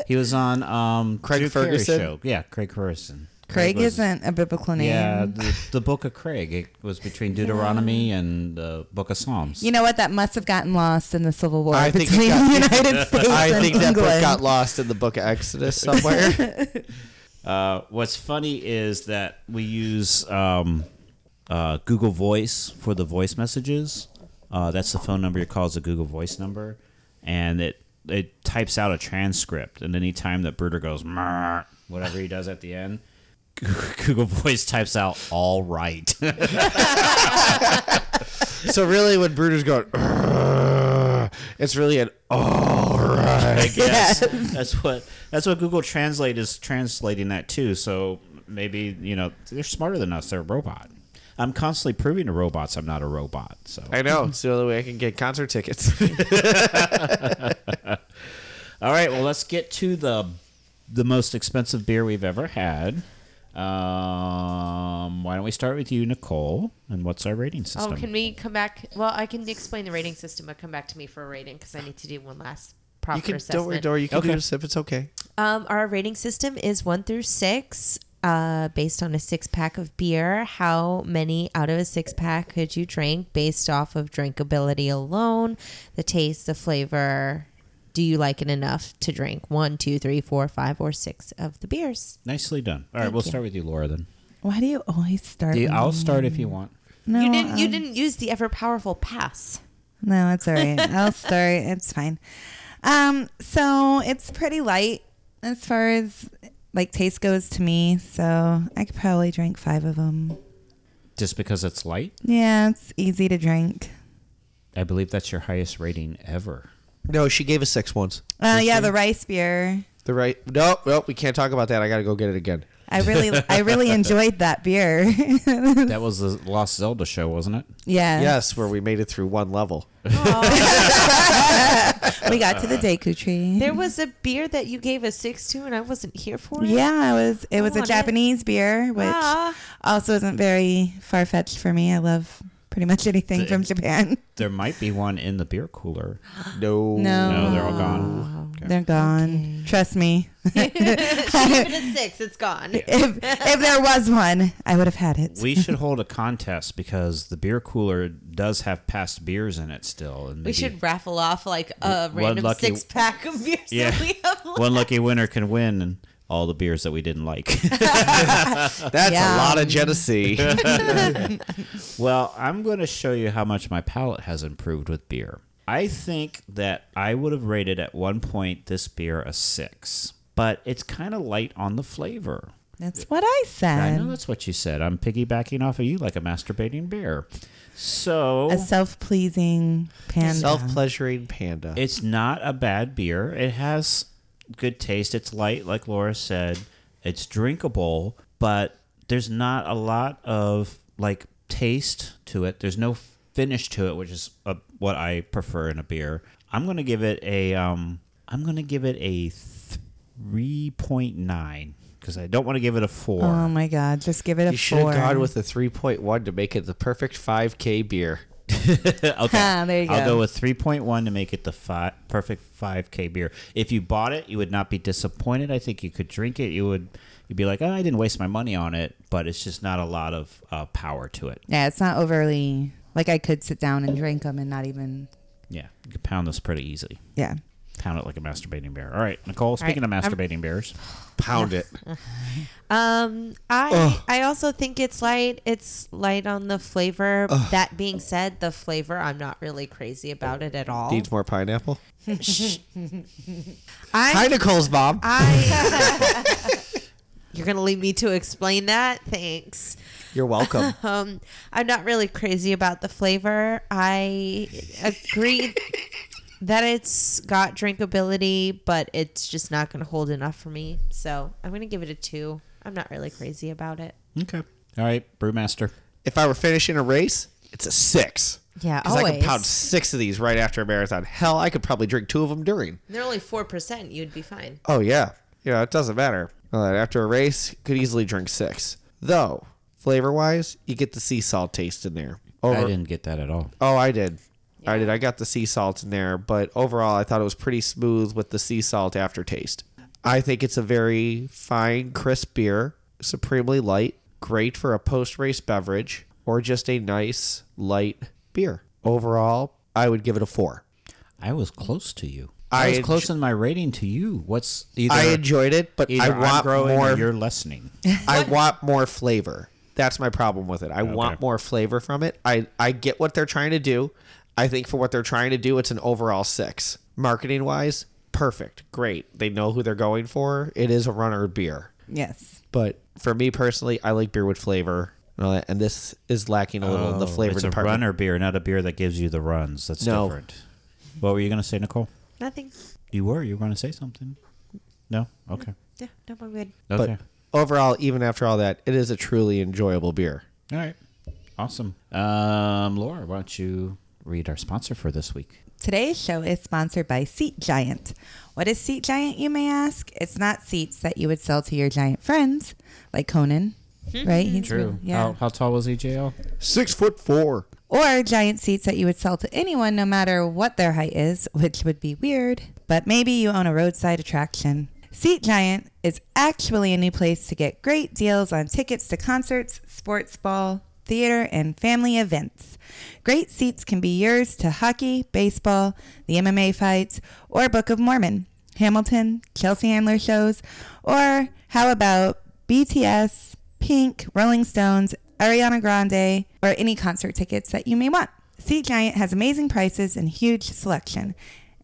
[SPEAKER 6] he was on um,
[SPEAKER 10] Craig
[SPEAKER 6] Drew Carey
[SPEAKER 10] Ferguson?
[SPEAKER 6] Show. Yeah, Craig Ferguson.
[SPEAKER 7] Craig
[SPEAKER 6] was-
[SPEAKER 7] isn't a biblical name.
[SPEAKER 6] Yeah, the, the Book of Craig. It was between Deuteronomy and the Book of Psalms.
[SPEAKER 7] You know what? That must have gotten lost in the Civil War
[SPEAKER 10] I think it
[SPEAKER 7] between
[SPEAKER 10] got-
[SPEAKER 7] the United States
[SPEAKER 10] I
[SPEAKER 7] and
[SPEAKER 10] think that
[SPEAKER 7] England.
[SPEAKER 10] book got lost in the book of Exodus somewhere.
[SPEAKER 6] Uh, what's funny is that we use um, uh, Google Voice for the voice messages. Uh, that's the phone number you call is a Google Voice number, and it it types out a transcript. And any time that Bruder goes "Mer," whatever he does at the end, Google Voice types out "all right."
[SPEAKER 10] so really, when Bruder's going, "Urgh," it's really an all
[SPEAKER 6] I
[SPEAKER 7] Right.
[SPEAKER 6] guess that's what that's what Google Translate is translating that to. So maybe you know they're smarter than us. They're a robot. I'm constantly proving to robots I'm not a robot. So
[SPEAKER 5] I know. It's the only way I can get concert tickets.
[SPEAKER 6] all right, well let's get to the the most expensive beer we've ever had. Um, why don't we start with you, Nicole? And what's our rating system?
[SPEAKER 8] Oh, can we come back? Well, I can explain the rating system, but come back to me for a rating because I need to do one last proper
[SPEAKER 5] you can
[SPEAKER 8] assessment.
[SPEAKER 5] don't worry, Dora. You can
[SPEAKER 6] Okay.
[SPEAKER 5] do a sip. It's okay.
[SPEAKER 8] Um, our rating system is one through six, uh, based on a six pack of beer. How many out of a six pack could you drink based off of drinkability alone? The taste, the flavor. Do you like it enough to drink one, two, three, four, five, or six of the beers?
[SPEAKER 6] Nicely done. All right,
[SPEAKER 8] Thank
[SPEAKER 6] we'll
[SPEAKER 8] you.
[SPEAKER 6] start with you, Laura. Then
[SPEAKER 7] Why do you always start?
[SPEAKER 6] Yeah, I'll
[SPEAKER 7] with me?
[SPEAKER 6] start if you want.
[SPEAKER 7] No,
[SPEAKER 8] you didn't. you
[SPEAKER 7] um,
[SPEAKER 8] didn't use the ever powerful pass.
[SPEAKER 7] No, it's all right. I'll start. It's fine. Um, so it's pretty light as far as like taste goes to me. So I could probably drink five of them.
[SPEAKER 6] Just because it's light,
[SPEAKER 7] Yeah, it's easy to drink.
[SPEAKER 6] I believe that's your highest rating ever.
[SPEAKER 5] No, she gave us six once.
[SPEAKER 7] Uh, yeah, the rice beer.
[SPEAKER 5] The right? No, no, we can't talk about that. I gotta go get it again.
[SPEAKER 7] I really, I really enjoyed that beer.
[SPEAKER 6] That was the Lost Zelda show, wasn't it?
[SPEAKER 7] yeah.
[SPEAKER 5] Yes, where we made it through one level.
[SPEAKER 7] We got to the Deku tree.
[SPEAKER 8] There was a beer that you gave a six to, and I wasn't here for it.
[SPEAKER 7] Yeah, it was it
[SPEAKER 8] I
[SPEAKER 7] was a
[SPEAKER 8] want it.
[SPEAKER 7] Japanese beer, which
[SPEAKER 8] Ah.
[SPEAKER 7] also isn't very far fetched for me. I love pretty much anything from Japan.
[SPEAKER 6] There might be one in the beer cooler.
[SPEAKER 5] No.
[SPEAKER 7] No,
[SPEAKER 6] No, they're all gone.
[SPEAKER 7] they're gone. Trust me.
[SPEAKER 8] Even at six, it's gone.
[SPEAKER 7] if if there was one, I would have had it.
[SPEAKER 6] We should hold a contest because the beer cooler does have past beers in it still. And
[SPEAKER 8] We
[SPEAKER 6] maybe
[SPEAKER 8] should raffle off like a
[SPEAKER 6] One
[SPEAKER 8] random
[SPEAKER 6] lucky-
[SPEAKER 8] six pack of beer. so
[SPEAKER 6] Yeah.
[SPEAKER 8] we have
[SPEAKER 6] One lucky winner can win and all the beers that we didn't like.
[SPEAKER 5] That's
[SPEAKER 7] Yeah.
[SPEAKER 5] a lot of Genesee.
[SPEAKER 6] well, I'm going to show you how much my palate has improved with beer. I think that I would have rated at one point this beer a six, but it's kind of light on the flavor.
[SPEAKER 7] That's what I
[SPEAKER 6] I know
[SPEAKER 7] said.
[SPEAKER 6] that's what you said. I'm piggybacking off of you like a masturbating bear. So
[SPEAKER 7] A self pleasing panda.
[SPEAKER 5] Self pleasuring panda.
[SPEAKER 6] it's not a bad beer. It has good taste. It's light, like Laura said. It's drinkable, but there's not a lot of like taste to it. There's no finish to it, which is uh what I prefer in a beer. I'm gonna give it a um. I'm gonna give it a three point nine because I don't want to give it a four.
[SPEAKER 7] oh my god, just give it a
[SPEAKER 5] you should have
[SPEAKER 7] four.
[SPEAKER 5] gone with a 3.1 to make it the perfect 5K beer.
[SPEAKER 6] Okay.
[SPEAKER 7] Ah, there you
[SPEAKER 6] I'll
[SPEAKER 7] go.
[SPEAKER 6] go with 3.1 to make it the fi- perfect 5K beer. If you bought it, you would not be disappointed. I think you could drink it. You would you'd be like, "Oh, I didn't waste my money on it," but it's just not a lot of uh, power to it.
[SPEAKER 7] yeah, it's not overly like I could sit down and drink them and not even
[SPEAKER 6] Yeah. You could pound this pretty easily.
[SPEAKER 7] yeah.
[SPEAKER 6] Pound it like a masturbating bear. All right, Nicole, speaking
[SPEAKER 8] right,
[SPEAKER 6] of
[SPEAKER 8] I'm-
[SPEAKER 6] masturbating bears,
[SPEAKER 5] Pound it.
[SPEAKER 8] Um, I I also think it's light. It's light on the flavor. That being said, the flavor I'm not really crazy about it at all.
[SPEAKER 5] Needs more pineapple. Hi,
[SPEAKER 8] I
[SPEAKER 5] Nicole's mom.
[SPEAKER 8] I you're gonna leave me to explain that. Thanks.
[SPEAKER 5] You're welcome.
[SPEAKER 8] Um, I'm not really crazy about the flavor. I agree that it's got drinkability, but it's just not going to hold enough for me. So I'm going to give it a two. I'm not really crazy about it.
[SPEAKER 6] okay. All right, brewmaster.
[SPEAKER 5] if I were finishing a race, it's a six.
[SPEAKER 8] Yeah,
[SPEAKER 5] Because I could
[SPEAKER 8] always.
[SPEAKER 5] pound six of these right after a marathon. Hell, I could probably drink two of them during.
[SPEAKER 8] They're only four percent. You'd be fine.
[SPEAKER 5] Oh, yeah. Yeah, it doesn't matter. Uh, after a race, could easily drink six. Though, flavor wise, you get the sea salt taste in there. Over,
[SPEAKER 6] I didn't get that at all.
[SPEAKER 5] Oh, I did. I did. I got the sea salt in there, but overall, I thought it was pretty smooth with the sea salt aftertaste. I think it's a very fine, crisp beer, supremely light, great for a post race beverage or just a nice, light beer. Overall, I would give it a four.
[SPEAKER 6] I was close to you.
[SPEAKER 5] I
[SPEAKER 6] I, was
[SPEAKER 5] enj-
[SPEAKER 6] close in my rating to you. What's either
[SPEAKER 5] I enjoyed it, but I
[SPEAKER 6] either I'm
[SPEAKER 5] want
[SPEAKER 6] growing or
[SPEAKER 5] more.
[SPEAKER 6] you're lessening.
[SPEAKER 5] I want more flavor. That's my problem with it. I want more flavor from it. I I get what they're trying to do. I think for what they're trying to do, it's an overall six. Marketing wise, perfect, great. They know who they're going for. It is a runner beer,
[SPEAKER 7] Yes.
[SPEAKER 5] but for me personally, I like beer with flavor, and all that, and this is lacking a little in the flavor
[SPEAKER 6] Oh, it's
[SPEAKER 5] department.
[SPEAKER 6] a runner beer, not a beer that gives you the runs. That's
[SPEAKER 5] No.
[SPEAKER 6] different. What were you going to say, Nicole?
[SPEAKER 8] Nothing.
[SPEAKER 6] You were. You were going to say something. No? Okay.
[SPEAKER 8] Yeah, no, we're good.
[SPEAKER 6] Okay.
[SPEAKER 10] But overall, even after all that, it is a truly enjoyable beer.
[SPEAKER 6] All right. Awesome. Um, Laura, why don't you read our sponsor for this week?
[SPEAKER 7] Today's show is sponsored by Seat Giant. What is Seat Giant, you may ask? It's not seats that you would sell to your giant friends, like Conan, Hmm?
[SPEAKER 6] Mm-hmm.
[SPEAKER 7] right? He's really- yeah.
[SPEAKER 6] How, how tall was E he, JL?
[SPEAKER 10] Six foot four.
[SPEAKER 7] Or giant seats that you would sell to anyone, no matter what their height is, which would be weird. But maybe you own a roadside attraction. Seat Giant is actually a new place to get great deals on tickets to concerts, sports ball, theater, and family events. Great seats can be yours to hockey, baseball, the MMA fights, or Book of Mormon, Hamilton, Chelsea Handler shows, or how about BTS, Pink, Rolling Stones, Ariana Grande, or any concert tickets that you may want. Seat Giant has amazing prices and huge selection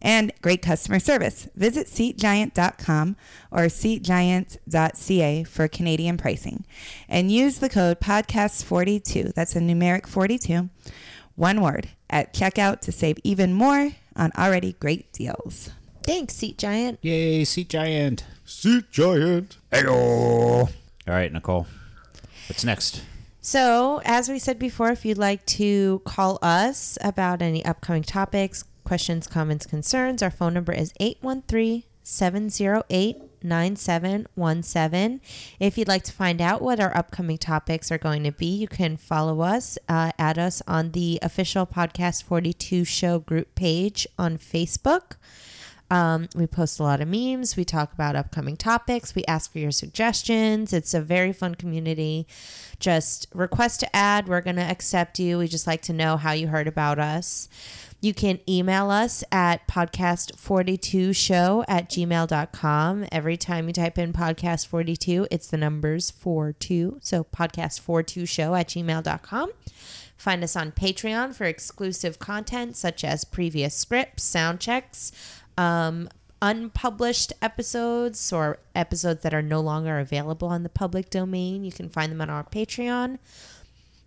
[SPEAKER 7] and great customer service. Visit seatgiant.com or seatgiant.ca for Canadian pricing and use the code podcast42. That's a numeric 42, one word, at checkout to save even more on already great deals.
[SPEAKER 8] Thanks, Seat Giant.
[SPEAKER 6] Yay, Seat Giant.
[SPEAKER 10] Seat giant.
[SPEAKER 6] Hello. All right, Nicole. What's next?
[SPEAKER 8] So, as we said before, if you'd like to call us about any upcoming topics, questions, comments, concerns, our phone number is 813 708 9717. If you'd like to find out what our upcoming topics are going to be, you can follow us, uh, add us on the official Podcast 42 show group page on Facebook. Um, we post a lot of memes. We talk about upcoming topics. We ask for your suggestions. It's a very fun community. Just request to add. We're going to accept you. We just like to know how you heard about us. You can email us at podcast42show at gmail.com. Every time you type in podcast42, it's the numbers 42. So podcast42show at gmail.com. Find us on Patreon for exclusive content such as previous scripts, sound checks, um, unpublished episodes, or episodes that are no longer available on the public domain. You can find them on our Patreon.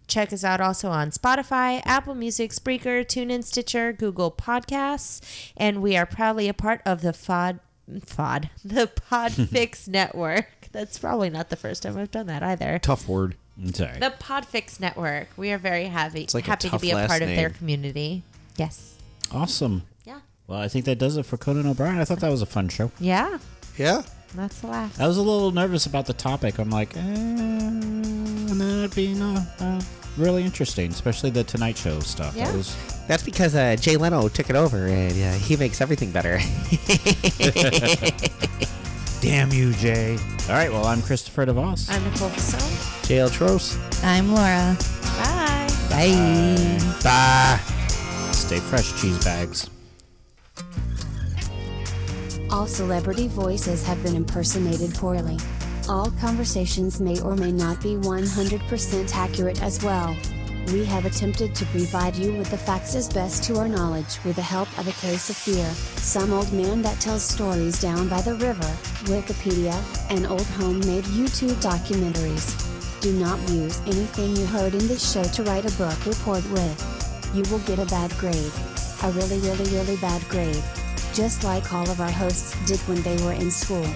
[SPEAKER 8] Check us out also on Spotify, Apple Music, Spreaker, TuneIn, Stitcher, Google Podcasts, and we are proudly a part of the Fod Fod the Podfix Network. That's probably not the first time I've done that either.
[SPEAKER 10] Tough word.
[SPEAKER 6] It's all right.
[SPEAKER 8] The Podfix Network. We are very happy
[SPEAKER 10] like a
[SPEAKER 8] happy to
[SPEAKER 10] tough
[SPEAKER 8] be a
[SPEAKER 10] last
[SPEAKER 8] part of their
[SPEAKER 10] name.
[SPEAKER 8] community. Yes.
[SPEAKER 6] Awesome.
[SPEAKER 8] Yeah.
[SPEAKER 6] Well, I think that does it for Conan O'Brien. I thought that was a fun show.
[SPEAKER 8] Yeah.
[SPEAKER 10] Yeah.
[SPEAKER 8] That's the last.
[SPEAKER 6] I was a little nervous about the topic. I'm like, eh, not being uh, uh, really interesting, especially the Tonight Show stuff. That
[SPEAKER 8] Yeah.
[SPEAKER 6] was-
[SPEAKER 10] That's because uh, Jay Leno took it over and uh, he makes everything better.
[SPEAKER 6] Damn you, Jay. All right. Well, I'm Christopher DeVos.
[SPEAKER 8] I'm Nicole Fasone.
[SPEAKER 10] JL Tros.
[SPEAKER 7] I'm Laura.
[SPEAKER 8] Bye.
[SPEAKER 7] Bye.
[SPEAKER 6] Bye. Stay fresh, cheese bags.
[SPEAKER 14] All celebrity voices have been impersonated poorly. All conversations may or may not be 100% accurate as well. We have attempted to provide you with the facts as best to our knowledge with the help of a case of fear, some old man that tells stories down by the river, Wikipedia, and old homemade YouTube documentaries. Do not use anything you heard in this show to write a book report with. You will get a bad grade. A really, really, really bad grade just like all of our hosts did when they were in school.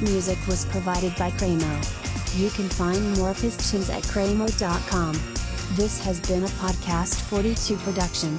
[SPEAKER 14] Music was provided by Cramo. You can find more of his tunes at cramo.com. This has been a Podcast 42 production.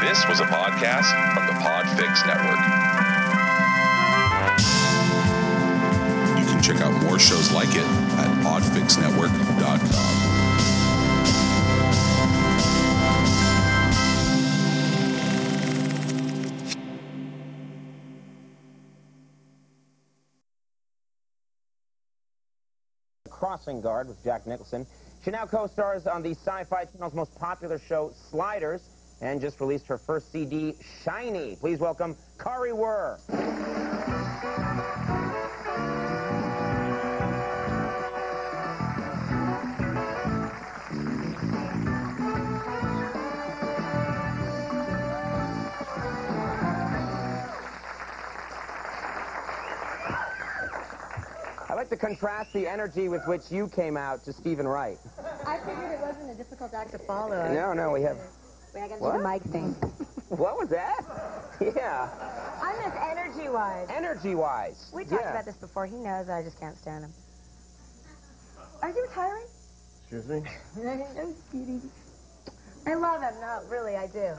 [SPEAKER 15] This was a podcast from the Podfix Network. You can check out more shows like it at podfixnetwork.com.
[SPEAKER 16] Crossing Guard with Jack Nicholson. She now co-stars on the Sci-Fi Channel's most popular show, Sliders, and just released her first CD, Shiny. Please welcome Kari Wurr. I like to contrast the energy with which you came out to Stephen Wright.
[SPEAKER 17] I figured it wasn't a difficult act to follow.
[SPEAKER 16] No, no, we have.
[SPEAKER 17] Wait, I gotta
[SPEAKER 16] What?
[SPEAKER 17] do the mic thing.
[SPEAKER 16] What was that? Yeah.
[SPEAKER 17] I miss energy wise.
[SPEAKER 16] Energy wise.
[SPEAKER 17] We talked
[SPEAKER 16] yeah.
[SPEAKER 17] about this before. He knows I just can't stand him. Are you retiring?
[SPEAKER 16] Excuse me?
[SPEAKER 17] no, Speedy. I love him. No, really, I do.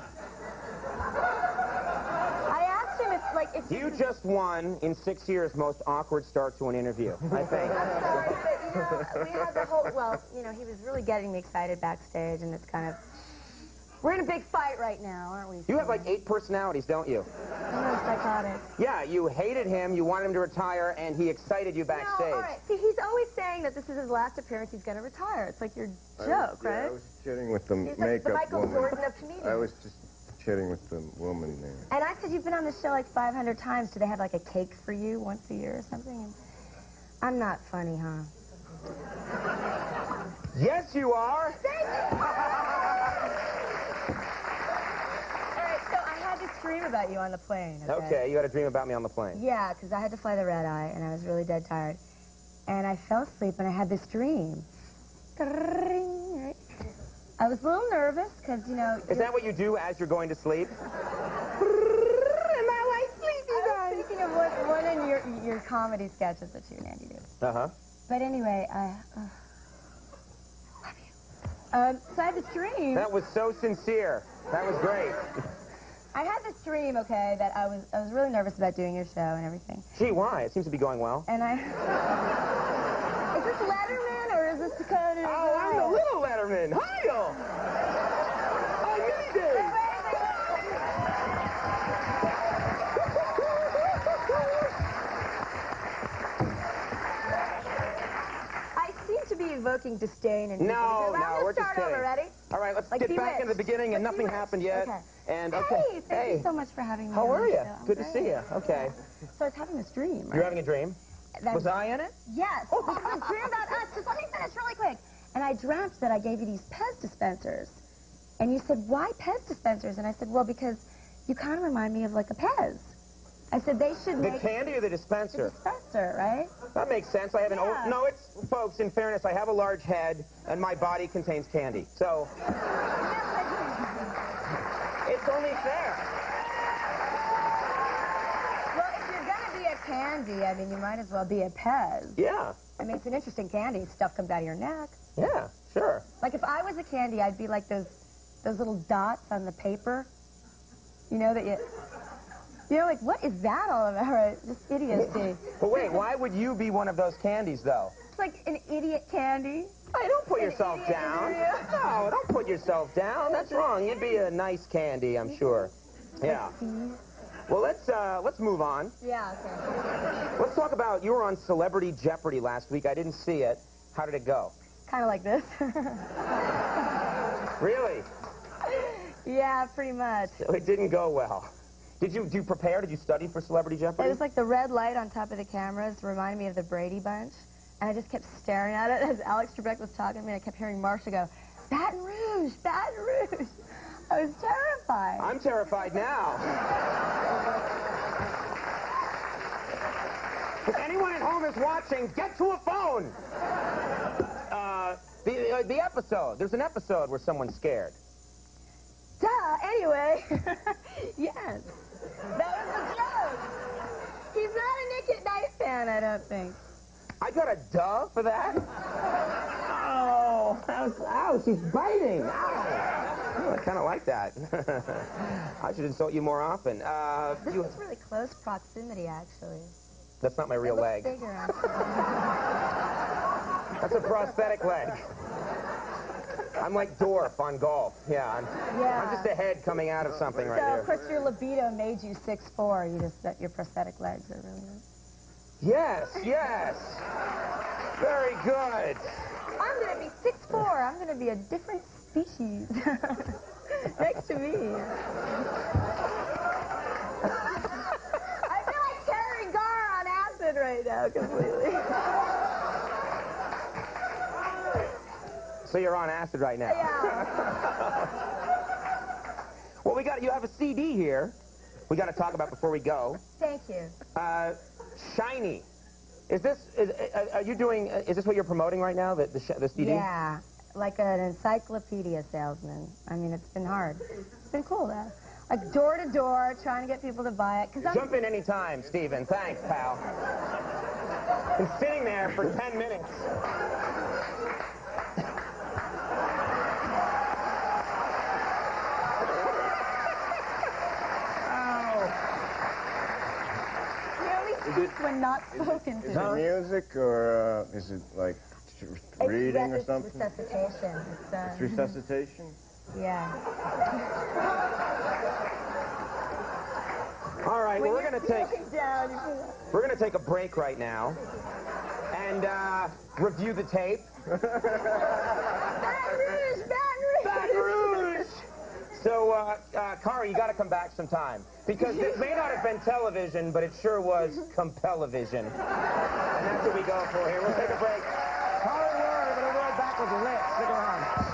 [SPEAKER 17] I asked him if, like, if
[SPEAKER 16] You just won in six years most awkward start to an interview, I think.
[SPEAKER 17] I'm sorry, but you know, we had the whole. Well, you know, he was really getting me excited backstage, and it's kind of. We're in a big fight right now, aren't we?
[SPEAKER 16] You have like eight personalities, don't you?
[SPEAKER 17] I'm psychotic.
[SPEAKER 16] Yeah, you hated him, you wanted him to retire, and he excited you
[SPEAKER 17] No,
[SPEAKER 16] backstage.
[SPEAKER 17] all right. See, he's always saying that this is his last appearance. He's going to retire. It's like your
[SPEAKER 18] I was-
[SPEAKER 17] joke,
[SPEAKER 18] yeah,
[SPEAKER 17] right?
[SPEAKER 18] I was chatting with the
[SPEAKER 17] He's like the
[SPEAKER 18] makeup
[SPEAKER 17] Michael
[SPEAKER 18] woman.
[SPEAKER 17] Jordan of comedians.
[SPEAKER 18] I was just chatting with the woman there.
[SPEAKER 17] And I said, you've been on the show like 500 times. Do they have like a cake for you once a year or something? And I'm not funny, huh?
[SPEAKER 16] Yes, you are.
[SPEAKER 17] Thank you. All right, so I had this dream about you on the plane. Okay.
[SPEAKER 16] Okay, you had a dream about me on the plane.
[SPEAKER 17] Yeah, because I had to fly the red eye, and I was really dead tired. And I fell asleep, and I had this dream. Grrrring, right? I was a little nervous because you know.
[SPEAKER 16] Is that what you do as you're going to sleep?
[SPEAKER 17] Am I like sleepy guys? Speaking of what, one of your your comedy sketches that you and Andy do.
[SPEAKER 16] Uh huh.
[SPEAKER 17] But anyway, I uh, love you. Um, so I had this dream.
[SPEAKER 16] That was so sincere. That was great.
[SPEAKER 17] I had this dream, okay, that I was I was really nervous about doing your show and everything.
[SPEAKER 16] Gee, why? It seems to be going well.
[SPEAKER 17] And I. is this Letterman or is this Dakota?
[SPEAKER 16] Oh, I'm the little Letterman. Hi-yo! I need it!
[SPEAKER 17] I seem to be evoking disdain and.
[SPEAKER 16] No,
[SPEAKER 17] I'm gonna
[SPEAKER 16] no, we're just
[SPEAKER 17] start
[SPEAKER 16] kidding.
[SPEAKER 17] over, ready?
[SPEAKER 16] All right, let's
[SPEAKER 17] Like,
[SPEAKER 16] get
[SPEAKER 17] be
[SPEAKER 16] back
[SPEAKER 17] rich.
[SPEAKER 16] into the beginning, and
[SPEAKER 17] Like, be
[SPEAKER 16] nothing
[SPEAKER 17] rich.
[SPEAKER 16] happened yet.
[SPEAKER 17] Okay.
[SPEAKER 16] And
[SPEAKER 17] Hey,
[SPEAKER 16] okay,
[SPEAKER 17] thank
[SPEAKER 16] hey,
[SPEAKER 17] you so much for having me.
[SPEAKER 16] how
[SPEAKER 17] on
[SPEAKER 16] are
[SPEAKER 17] the
[SPEAKER 16] you?
[SPEAKER 17] show. I'm
[SPEAKER 16] Good to
[SPEAKER 17] great.
[SPEAKER 16] see you. Okay,
[SPEAKER 17] So I was having this dream.
[SPEAKER 16] you're having a dream.
[SPEAKER 17] That-
[SPEAKER 16] Was I in it? Oh.
[SPEAKER 17] Yes. This is a dream about us. Just let me finish really quick. And I dreamt that I gave you these Pez dispensers. And you said, why Pez dispensers? And I said, well, because you kind of remind me of like a Pez. I said, they should
[SPEAKER 16] The
[SPEAKER 17] make
[SPEAKER 16] candy or the dispenser?
[SPEAKER 17] dispenser, right?
[SPEAKER 16] That makes sense. I have an
[SPEAKER 17] Yeah.
[SPEAKER 16] old. No, it's folks. In fairness, I have a large head, and my body contains candy, so it's only fair.
[SPEAKER 17] Well, if you're going to be a candy, I mean, you might as well be a Pez.
[SPEAKER 16] Yeah.
[SPEAKER 17] I mean, it's an interesting candy. Stuff comes out of your neck.
[SPEAKER 16] Yeah, sure.
[SPEAKER 17] Like if I was a candy, I'd be like those those little dots on the paper. You know that you you know like what is that all about? Right? Just idiocy.
[SPEAKER 16] But wait, why would you be one of those candies, though?
[SPEAKER 17] It's like an idiot candy.
[SPEAKER 16] Hey, don't put yourself down. No, don't put yourself down. That's wrong. You'd be a nice candy, I'm sure. Yeah. Well, let's uh, let's move on.
[SPEAKER 17] Yeah. Okay.
[SPEAKER 16] Let's talk about you were on Celebrity Jeopardy last week. I didn't see it. How did it go?
[SPEAKER 17] Kind of like this.
[SPEAKER 16] Really?
[SPEAKER 17] yeah, pretty much.
[SPEAKER 16] It didn't go well. Did you do you prepare? Did you study for Celebrity
[SPEAKER 17] It
[SPEAKER 16] Jeopardy?
[SPEAKER 17] was like the red light on top of the cameras reminded me of the Brady Bunch, and I just kept staring at it as Alex Trebek was talking to me. And I kept hearing Marsha go, "Baton Rouge, Baton Rouge." I was terrified.
[SPEAKER 16] I'm terrified now. if anyone at home is watching, get to a phone. Uh, the uh, the episode. There's an episode where someone's scared.
[SPEAKER 17] Duh, anyway. yes. That was a joke. He's not a Nick at Night fan, I don't think.
[SPEAKER 16] I got a duh for that. Oh, that was, ow, she's biting. Ow. Oh, I kind of like that. I should insult you more often. Uh,
[SPEAKER 17] This
[SPEAKER 16] you,
[SPEAKER 17] is really close proximity, actually.
[SPEAKER 16] that's not my
[SPEAKER 17] It
[SPEAKER 16] real
[SPEAKER 17] looks
[SPEAKER 16] leg.
[SPEAKER 17] Bigger, actually.
[SPEAKER 16] That's a prosthetic leg. I'm like Dorf on golf. Yeah, I'm,
[SPEAKER 17] Yeah.
[SPEAKER 16] I'm just a head coming out of something right
[SPEAKER 17] so,
[SPEAKER 16] here.
[SPEAKER 17] of course, your libido made you 6'4". You just, that your prosthetic legs are really nice.
[SPEAKER 16] Yes, yes. Very good.
[SPEAKER 17] I'm gonna be six four. I'm gonna be a different species. Next to me. I feel like Terry Gar on acid right now, completely.
[SPEAKER 16] So you're on acid right now. well, we got you have a CD here. We got to talk about before we go.
[SPEAKER 17] Thank you.
[SPEAKER 16] Uh, shiny. Is this? Is, uh, are you doing? Uh, is this what you're promoting right now? The the, sh- the CD.
[SPEAKER 17] Yeah, like an encyclopedia salesman. I mean, it's been hard. It's been cool, though. Like door to door, trying to get people to buy it. Cause I'm
[SPEAKER 16] Jump in anytime, Steven. Thanks, pal. Been sitting there for ten minutes.
[SPEAKER 17] He only speaks when not spoken
[SPEAKER 18] Is
[SPEAKER 17] to.
[SPEAKER 18] it music or uh, is it like t- reading or
[SPEAKER 17] It's res-
[SPEAKER 18] something?
[SPEAKER 17] It's resuscitation. It's, uh,
[SPEAKER 18] It's resuscitation.
[SPEAKER 17] Yeah.
[SPEAKER 16] All right. well, we're gonna take.
[SPEAKER 17] Down, you feel-
[SPEAKER 16] We're gonna take a break right now, and uh, review the tape.
[SPEAKER 17] Baton Rouge, Baton Rouge.
[SPEAKER 16] So, uh, uh, Kari, you got to come back sometime because this may not have been television, but it sure was compelvision. And that's what we go for here. We'll take a break. Kari Word, we're gonna roll back with the lips. Stick around.